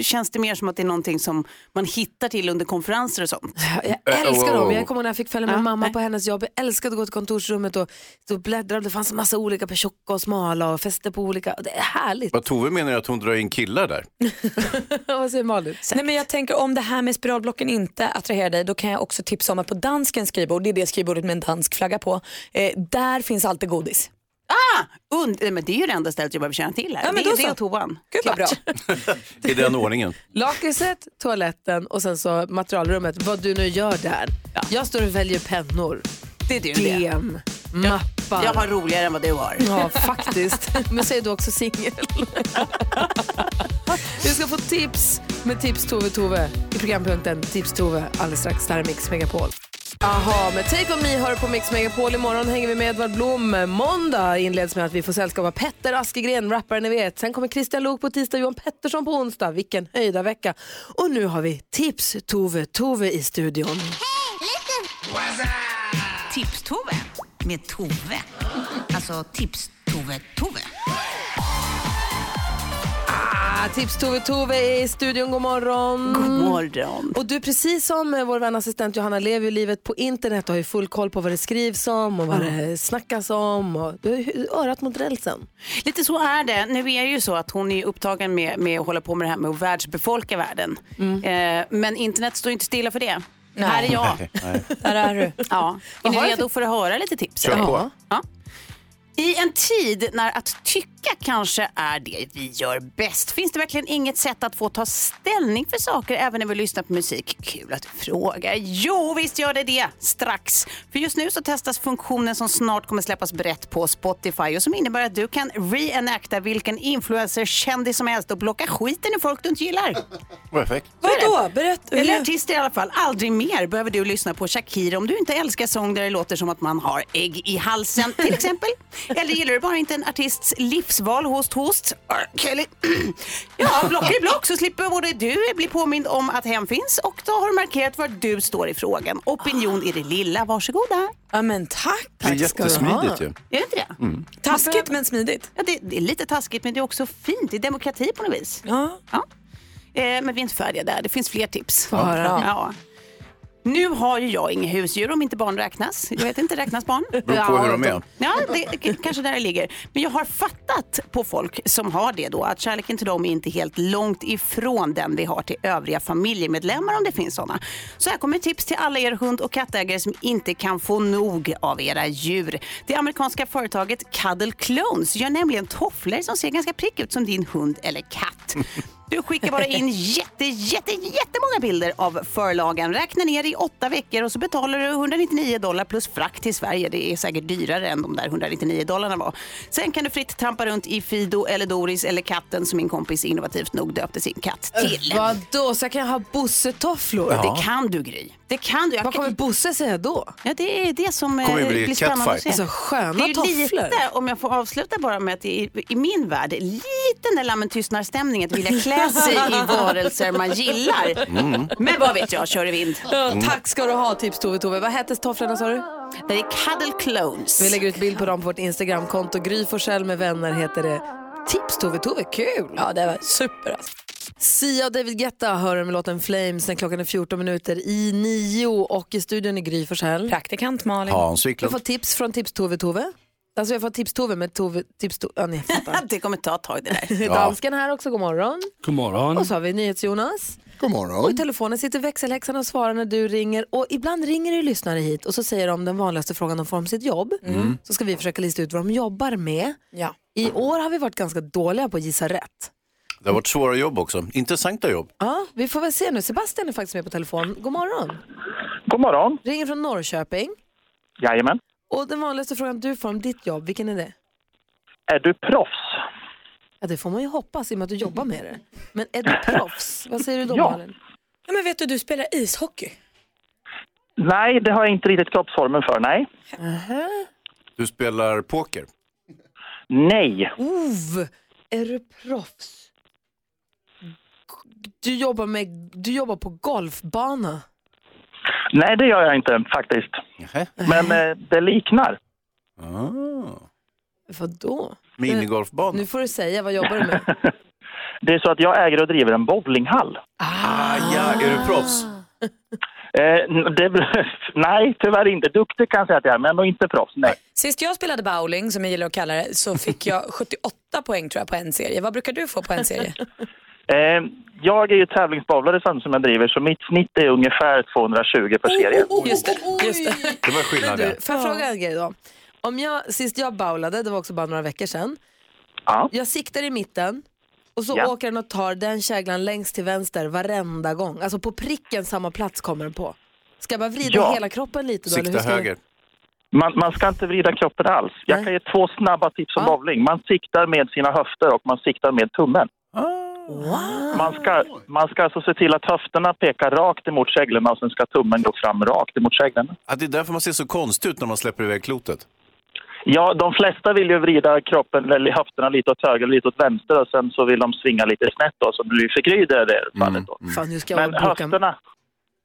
Speaker 10: känns det mer som att det är någonting som man hittar till under konferenser och sånt.
Speaker 4: Jag
Speaker 6: Äh,
Speaker 4: älskar dem. Jag
Speaker 10: kommer
Speaker 4: kommer ihåg när jag fick följa med
Speaker 10: Ja,
Speaker 4: mamma på hennes jobb. Jag älskade att gå till kontorsrummet och stå och bläddra. Det fanns en massa olika på tjocka och smala och fäste på olika. Det är härligt.
Speaker 6: Vad Tove menar är att hon drar in killar där.
Speaker 4: Vad säger Malin?
Speaker 5: Nej, men jag tänker om det här med spiralblocken inte attraherar dig då kan jag också tipsa om att på danskens skrivbord, det är det skrivbordet med en dansk flagga på, eh, där finns alltid godis.
Speaker 10: Ah, und- eh, men det är ju det enda stället jag behöver känna till här.
Speaker 5: Ja, men
Speaker 10: det
Speaker 5: då
Speaker 10: är det
Speaker 5: så.
Speaker 10: och toan.
Speaker 5: Gud vad bra.
Speaker 6: I den ordningen.
Speaker 4: Lakritset, toaletten och sen så materialrummet. Vad du nu gör där. Jag står och väljer pennor.
Speaker 10: Det är du det.
Speaker 4: Gem, mappar.
Speaker 10: Jag har roligare än vad du har.
Speaker 4: Ja, faktiskt. Men så är du också singel. Vi ska få tips med Tips Tove Tove i programpunkten Tips Tove alldeles strax. Det här är Mix Megapol. Aha, med Take On Me hör du på Mix Megapol. Imorgon hänger vi med Edvard Blom. Måndag inleds med att vi får sällskap av Petter Askegren, rapparen ni vet. Sen kommer Christian Lok på tisdag, Johan Pettersson på onsdag. Vilken höjda vecka. Och nu har vi Tips Tove Tove i studion.
Speaker 24: Tips-Tove med Tove. Alltså Tips-Tove-Tove.
Speaker 4: Ah, tips Tove Tove är i studion, god morgon. God
Speaker 10: morgon.
Speaker 4: Och du precis som eh, vår vän assistent Johanna lever ju livet på internet och har ju full koll på vad det skrivs om och vad det snackas om. Och du har ju örat mot rälsen.
Speaker 10: Lite så är det. Nu är det ju så att hon är upptagen med, med att hålla på med det här med att världsbefolka världen. Eh, men internet står ju inte stilla för det.
Speaker 5: Nej.
Speaker 10: Här är jag.
Speaker 5: Där är du.
Speaker 10: Ja. Är
Speaker 5: Vad
Speaker 10: ni
Speaker 5: har du
Speaker 10: redo för att höra lite tips?
Speaker 5: Kör på.
Speaker 10: Ja. I en tid när att tycka kanske är det vi gör bäst finns det verkligen inget sätt att få ta ställning för saker även när vi lyssnar på musik. Kul att du frågar. Jo, visst gör det det. Strax. För just nu så testas funktionen som snart kommer släppas brett på Spotify och som innebär att du kan reenacta vilken influencer, kändis som helst och blocka skiten i folk du inte gillar.
Speaker 6: Perfekt.
Speaker 10: Vadå? Berätta. Eller artister i alla fall. Aldrig mer behöver du lyssna på Shakira om du inte älskar sång där det låter som att man har ägg i halsen till exempel. Eller gillar du bara inte en artists livsval, host host. Or Kelly. Ja, block i block så slipper både du bli påmind om att hem finns och då har du markerat var du står i frågan. Opinion i det lilla, varsågoda.
Speaker 5: Ja men tack.
Speaker 6: Det är jättesmidigt ju.
Speaker 10: Är det inte det?
Speaker 6: Mm.
Speaker 10: Taskigt men smidigt. Ja, det, det är lite taskigt men det är också fint. Det är demokrati på något vis. Ja. Eh, men vi är inte färdiga där. Det finns fler tips.
Speaker 4: Få höra.
Speaker 10: Ja. Nu har ju jag inga husdjur om inte barn räknas. Jag vet inte, räknas barn? Det
Speaker 6: beror på hur de är.
Speaker 10: Ja, det k- kanske där det ligger. Men jag har fattat på folk som har det då att kärleken till dem är inte helt långt ifrån den vi har till övriga familjemedlemmar om det finns sådana. Så här kommer tips till alla er hund och kattägare som inte kan få nog av era djur. Det amerikanska företaget Cuddle Clones gör nämligen tofflor som ser ganska prick ut som din hund eller katt. Du skickar bara in jätte, jätte, jättemånga bilder av förlagen. Räkna ner i åtta veckor och så betalar du 199 dollar plus frakt till Sverige. Det är säkert dyrare än de där 199 dollarna var. Sen kan du fritt trampa runt i Fido eller Doris eller katten som min kompis innovativt nog döpte sin katt till.
Speaker 4: Äh, Vadå, så jag kan ha bussetofflor?
Speaker 10: Ja. Det kan du Gry. Det kan du.
Speaker 4: Vad kommer Bosse säga då?
Speaker 10: Ja, det är det som eh,
Speaker 4: Kommer det bli
Speaker 10: blir spännande att se.
Speaker 4: catfight? Alltså, sköna
Speaker 10: det är ju
Speaker 4: tofflor.
Speaker 10: lite, om jag får avsluta bara med att det är, i min värld, lite den där lammen tystnar-stämningen att vilja klä sig i varelser man gillar.
Speaker 4: Mm.
Speaker 10: Men vad vet jag, kör i vind.
Speaker 4: Ja,
Speaker 6: Mm.
Speaker 17: Mm.
Speaker 4: tack ska du ha tips Tove Tove. Vad hette tofflorna sa du?
Speaker 10: Det är Cuddle Clones.
Speaker 4: Vi lägger ut bild på dem på vårt Instagramkonto. Gry Forssell med vänner heter det. Tips Tove Tove, kul! Ja, det var super alltså. Sia och David Guetta hör du med låten Flames när klockan är 14 minuter i nio och i studion är Gry Forssell.
Speaker 5: Praktikant Malin.
Speaker 6: Hans
Speaker 4: Jag
Speaker 6: Wiklund.
Speaker 4: får tips från Tips Tove Tove. Alltså jag får tips Tove med Tove, tips Tove. Ja, ni fattar.
Speaker 10: det kommer ta ett tag det
Speaker 4: där. Dansken här också, god morgon.
Speaker 17: God morgon.
Speaker 4: Och så har vi NyhetsJonas.
Speaker 25: God
Speaker 4: Och i telefonen sitter växelhäxan och svarar när du ringer. Och ibland ringer det lyssnare hit och så säger de den vanligaste frågan de får om sitt jobb.
Speaker 5: Mm.
Speaker 4: Så ska vi försöka lista ut vad de jobbar med.
Speaker 5: Ja.
Speaker 4: I år har vi varit ganska dåliga på att gissa rätt.
Speaker 6: Det har varit svåra jobb också. Intressanta jobb.
Speaker 4: Ja, vi får väl se nu. Sebastian är faktiskt med på telefon. God morgon.
Speaker 26: God morgon.
Speaker 4: Ringer från Norrköping.
Speaker 26: Jajamän.
Speaker 4: Och den vanligaste frågan du får om ditt jobb, vilken är det?
Speaker 26: Är du proffs?
Speaker 4: Ja, det får man ju hoppas i och med att du jobbar med det. Men är du proffs? Vad säger du då,
Speaker 14: Ja.
Speaker 4: Malin?
Speaker 5: Ja, men vet du, du spelar ishockey.
Speaker 14: Nej, det har jag inte riktigt kroppsformen för, nej.
Speaker 6: Du spelar poker?
Speaker 14: Nej.
Speaker 4: Ov, är du proffs? Du jobbar, med, du jobbar på golfbana.
Speaker 14: Nej, det gör jag inte faktiskt. Men eh, det liknar.
Speaker 4: Ah. Vadå?
Speaker 6: Minigolfbana?
Speaker 4: Nu får du säga, vad jobbar du med?
Speaker 14: Det är så att jag äger och driver en bowlinghall.
Speaker 6: Ah, ja, är du proffs?
Speaker 14: Eh, n- det, nej, tyvärr inte. Duktig kan jag säga att jag är, men ändå inte proffs. Nej.
Speaker 5: Sist jag spelade bowling, som jag gillar att kalla det, så fick jag 78 poäng tror jag på en serie. Vad brukar du få på en serie?
Speaker 14: Eh, jag är ju tävlingsbowlare samtidigt som jag driver, så mitt snitt är ungefär 220 per serie.
Speaker 4: Oh,
Speaker 5: Just det. Just det.
Speaker 6: Det var
Speaker 4: Du, får jag fråga en grej då? Om jag, sist jag bowlade, det var också bara några veckor sedan.
Speaker 14: Ja.
Speaker 4: Jag siktar i mitten och så
Speaker 14: Ja.
Speaker 4: åker den och tar den käglan längst till vänster varenda gång. Alltså på pricken samma plats kommer den på. Ska jag bara vrida
Speaker 14: Ja.
Speaker 4: hela kroppen lite då? eller hur ska jag-
Speaker 14: Man, man ska inte vrida kroppen alls. Jag kan ge två snabba tips
Speaker 4: Ah.
Speaker 14: om bowling. Man siktar med sina höfter och man siktar med tummen.
Speaker 4: Ah.
Speaker 14: Man, ska, man ska alltså se till att höfterna pekar rakt emot käglorna och sen ska tummen gå fram rakt emot käglorna.
Speaker 6: Ah, det är därför man ser så konstig ut när man släpper iväg klotet.
Speaker 14: Ja, de flesta vill ju vrida kroppen, eller höfterna lite åt höger, lite åt vänster och sen så vill de svinga lite snett då, så blir det förgryd i det fallet då.
Speaker 4: Fan, nu ska jag
Speaker 14: Men
Speaker 4: boka, ska
Speaker 14: höfterna,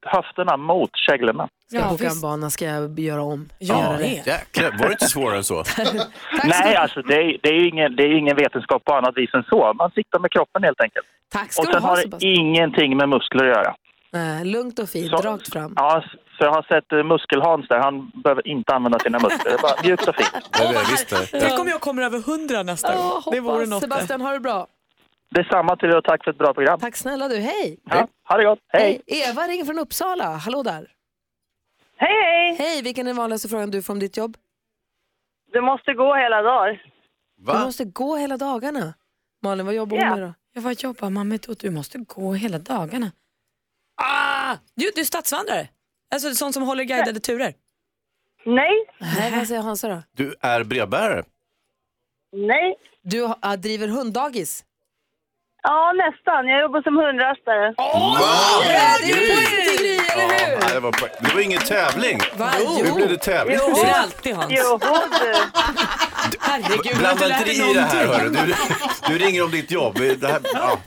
Speaker 14: höfterna mot käglorna.
Speaker 4: jag boka en bana, ska jag göra om.
Speaker 6: Ja,
Speaker 4: göra rätt.
Speaker 6: jäklar. Var det inte svårare än så?
Speaker 14: Nej, alltså det är, det, är ju ingen, det är ju ingen vetenskap på annat vis än så. Man siktar med kroppen helt enkelt.
Speaker 4: Tack ska
Speaker 14: Och
Speaker 4: du
Speaker 14: sen
Speaker 4: ha
Speaker 14: har det
Speaker 4: Sebastian.
Speaker 14: ingenting med muskler att göra.
Speaker 4: Nej, lugnt och fint, rakt fram.
Speaker 14: Ja, så jag har sett eh, muskelhans där. Han behöver inte använder sina muskler. Det är bara mjukt och fint.
Speaker 6: Det är det, visst det.
Speaker 5: Tänk om jag kommer över 100 nästa gång. det vore något.
Speaker 4: Sebastian, ha det bra.
Speaker 14: Detsamma till er och tack för ett bra program.
Speaker 4: Tack snälla du, hej.
Speaker 14: Ja, ha det gott. Hej!
Speaker 4: Eva ringer från Uppsala, hallå där.
Speaker 3: Hej, hej!
Speaker 4: Hej, vilken är den vanligaste frågan du får om ditt jobb?
Speaker 3: Du måste gå hela dagar.
Speaker 4: Du måste gå hela dagarna. Malin, vad jobbar
Speaker 5: Ja.
Speaker 4: hon med då?
Speaker 5: Ja, vad jobbar man med då? Du måste gå hela dagarna. Ah! Du, du är stadsvandrare. Alltså sån som håller guidade turer.
Speaker 3: Nej.
Speaker 4: Nej, vad säger Hansa då?
Speaker 6: Du är brevbärare?
Speaker 3: Nej.
Speaker 4: Du äh, driver hunddagis?
Speaker 3: Ja, nästan. Jag jobbar som hundrastare.
Speaker 6: Ja, nej, det, var poäng. det var ingen tävling.
Speaker 3: Va?
Speaker 6: Hur
Speaker 3: Jo.
Speaker 6: blev det tävling?
Speaker 3: Jo, du.
Speaker 5: Herregud,
Speaker 6: Blanda inte i det här hörru. Du, du ringer om ditt jobb. Det här, ja.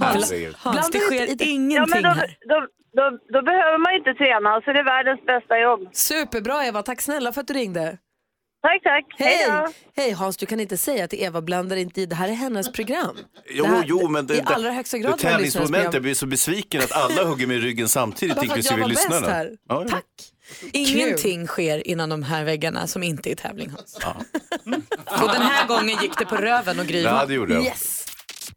Speaker 6: Herregud.
Speaker 5: Hans, det sker
Speaker 3: ja,
Speaker 5: ingenting
Speaker 3: men då,
Speaker 5: här.
Speaker 3: Då, då, då behöver man ju inte träna, så det är världens bästa jobb.
Speaker 4: Superbra Eva, tack snälla för att du ringde.
Speaker 3: Tack, tack.
Speaker 4: Hej!
Speaker 3: Hej då.
Speaker 4: Hej Hans, du kan inte säga till Eva, blandar inte i, det här är hennes program.
Speaker 6: Jo,
Speaker 4: det här,
Speaker 6: jo, men det,
Speaker 4: I allra högsta grad
Speaker 6: det
Speaker 4: var det
Speaker 6: tävlingsmomentet.
Speaker 4: lyssnarnas program.
Speaker 6: Jag blir så besviken att alla hugger mig i ryggen samtidigt,
Speaker 5: Bara för att jag
Speaker 6: inklusive
Speaker 5: var bäst
Speaker 6: lyssnarna.
Speaker 5: här.
Speaker 6: Ja, ja.
Speaker 5: Ingenting sker innan de här väggarna som inte är tävling Hans. Och den här gången gick det på röven och Gry
Speaker 6: Ja, det gjorde jag.
Speaker 4: Yes.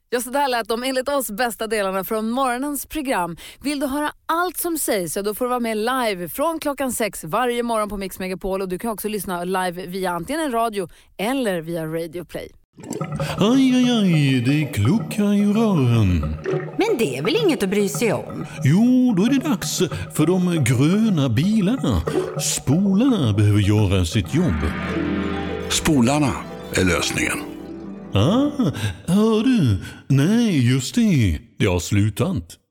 Speaker 4: Ja, så där lät de enligt oss bästa delarna från morgonens program. Vill du höra allt som sägs så då får du vara med live från klockan sex varje morgon på Mix Megapol och du kan också lyssna live via antingen radio eller via Radio Play.
Speaker 27: Aj, aj, aj, det kluckar i rören.
Speaker 28: Men det är väl inget att bry sig om?
Speaker 27: Jo, då är det dags för de gröna bilarna. Spolarna behöver göra sitt jobb. Spolarna är lösningen. Ah, hör du? Nej, just det. Det har slutat.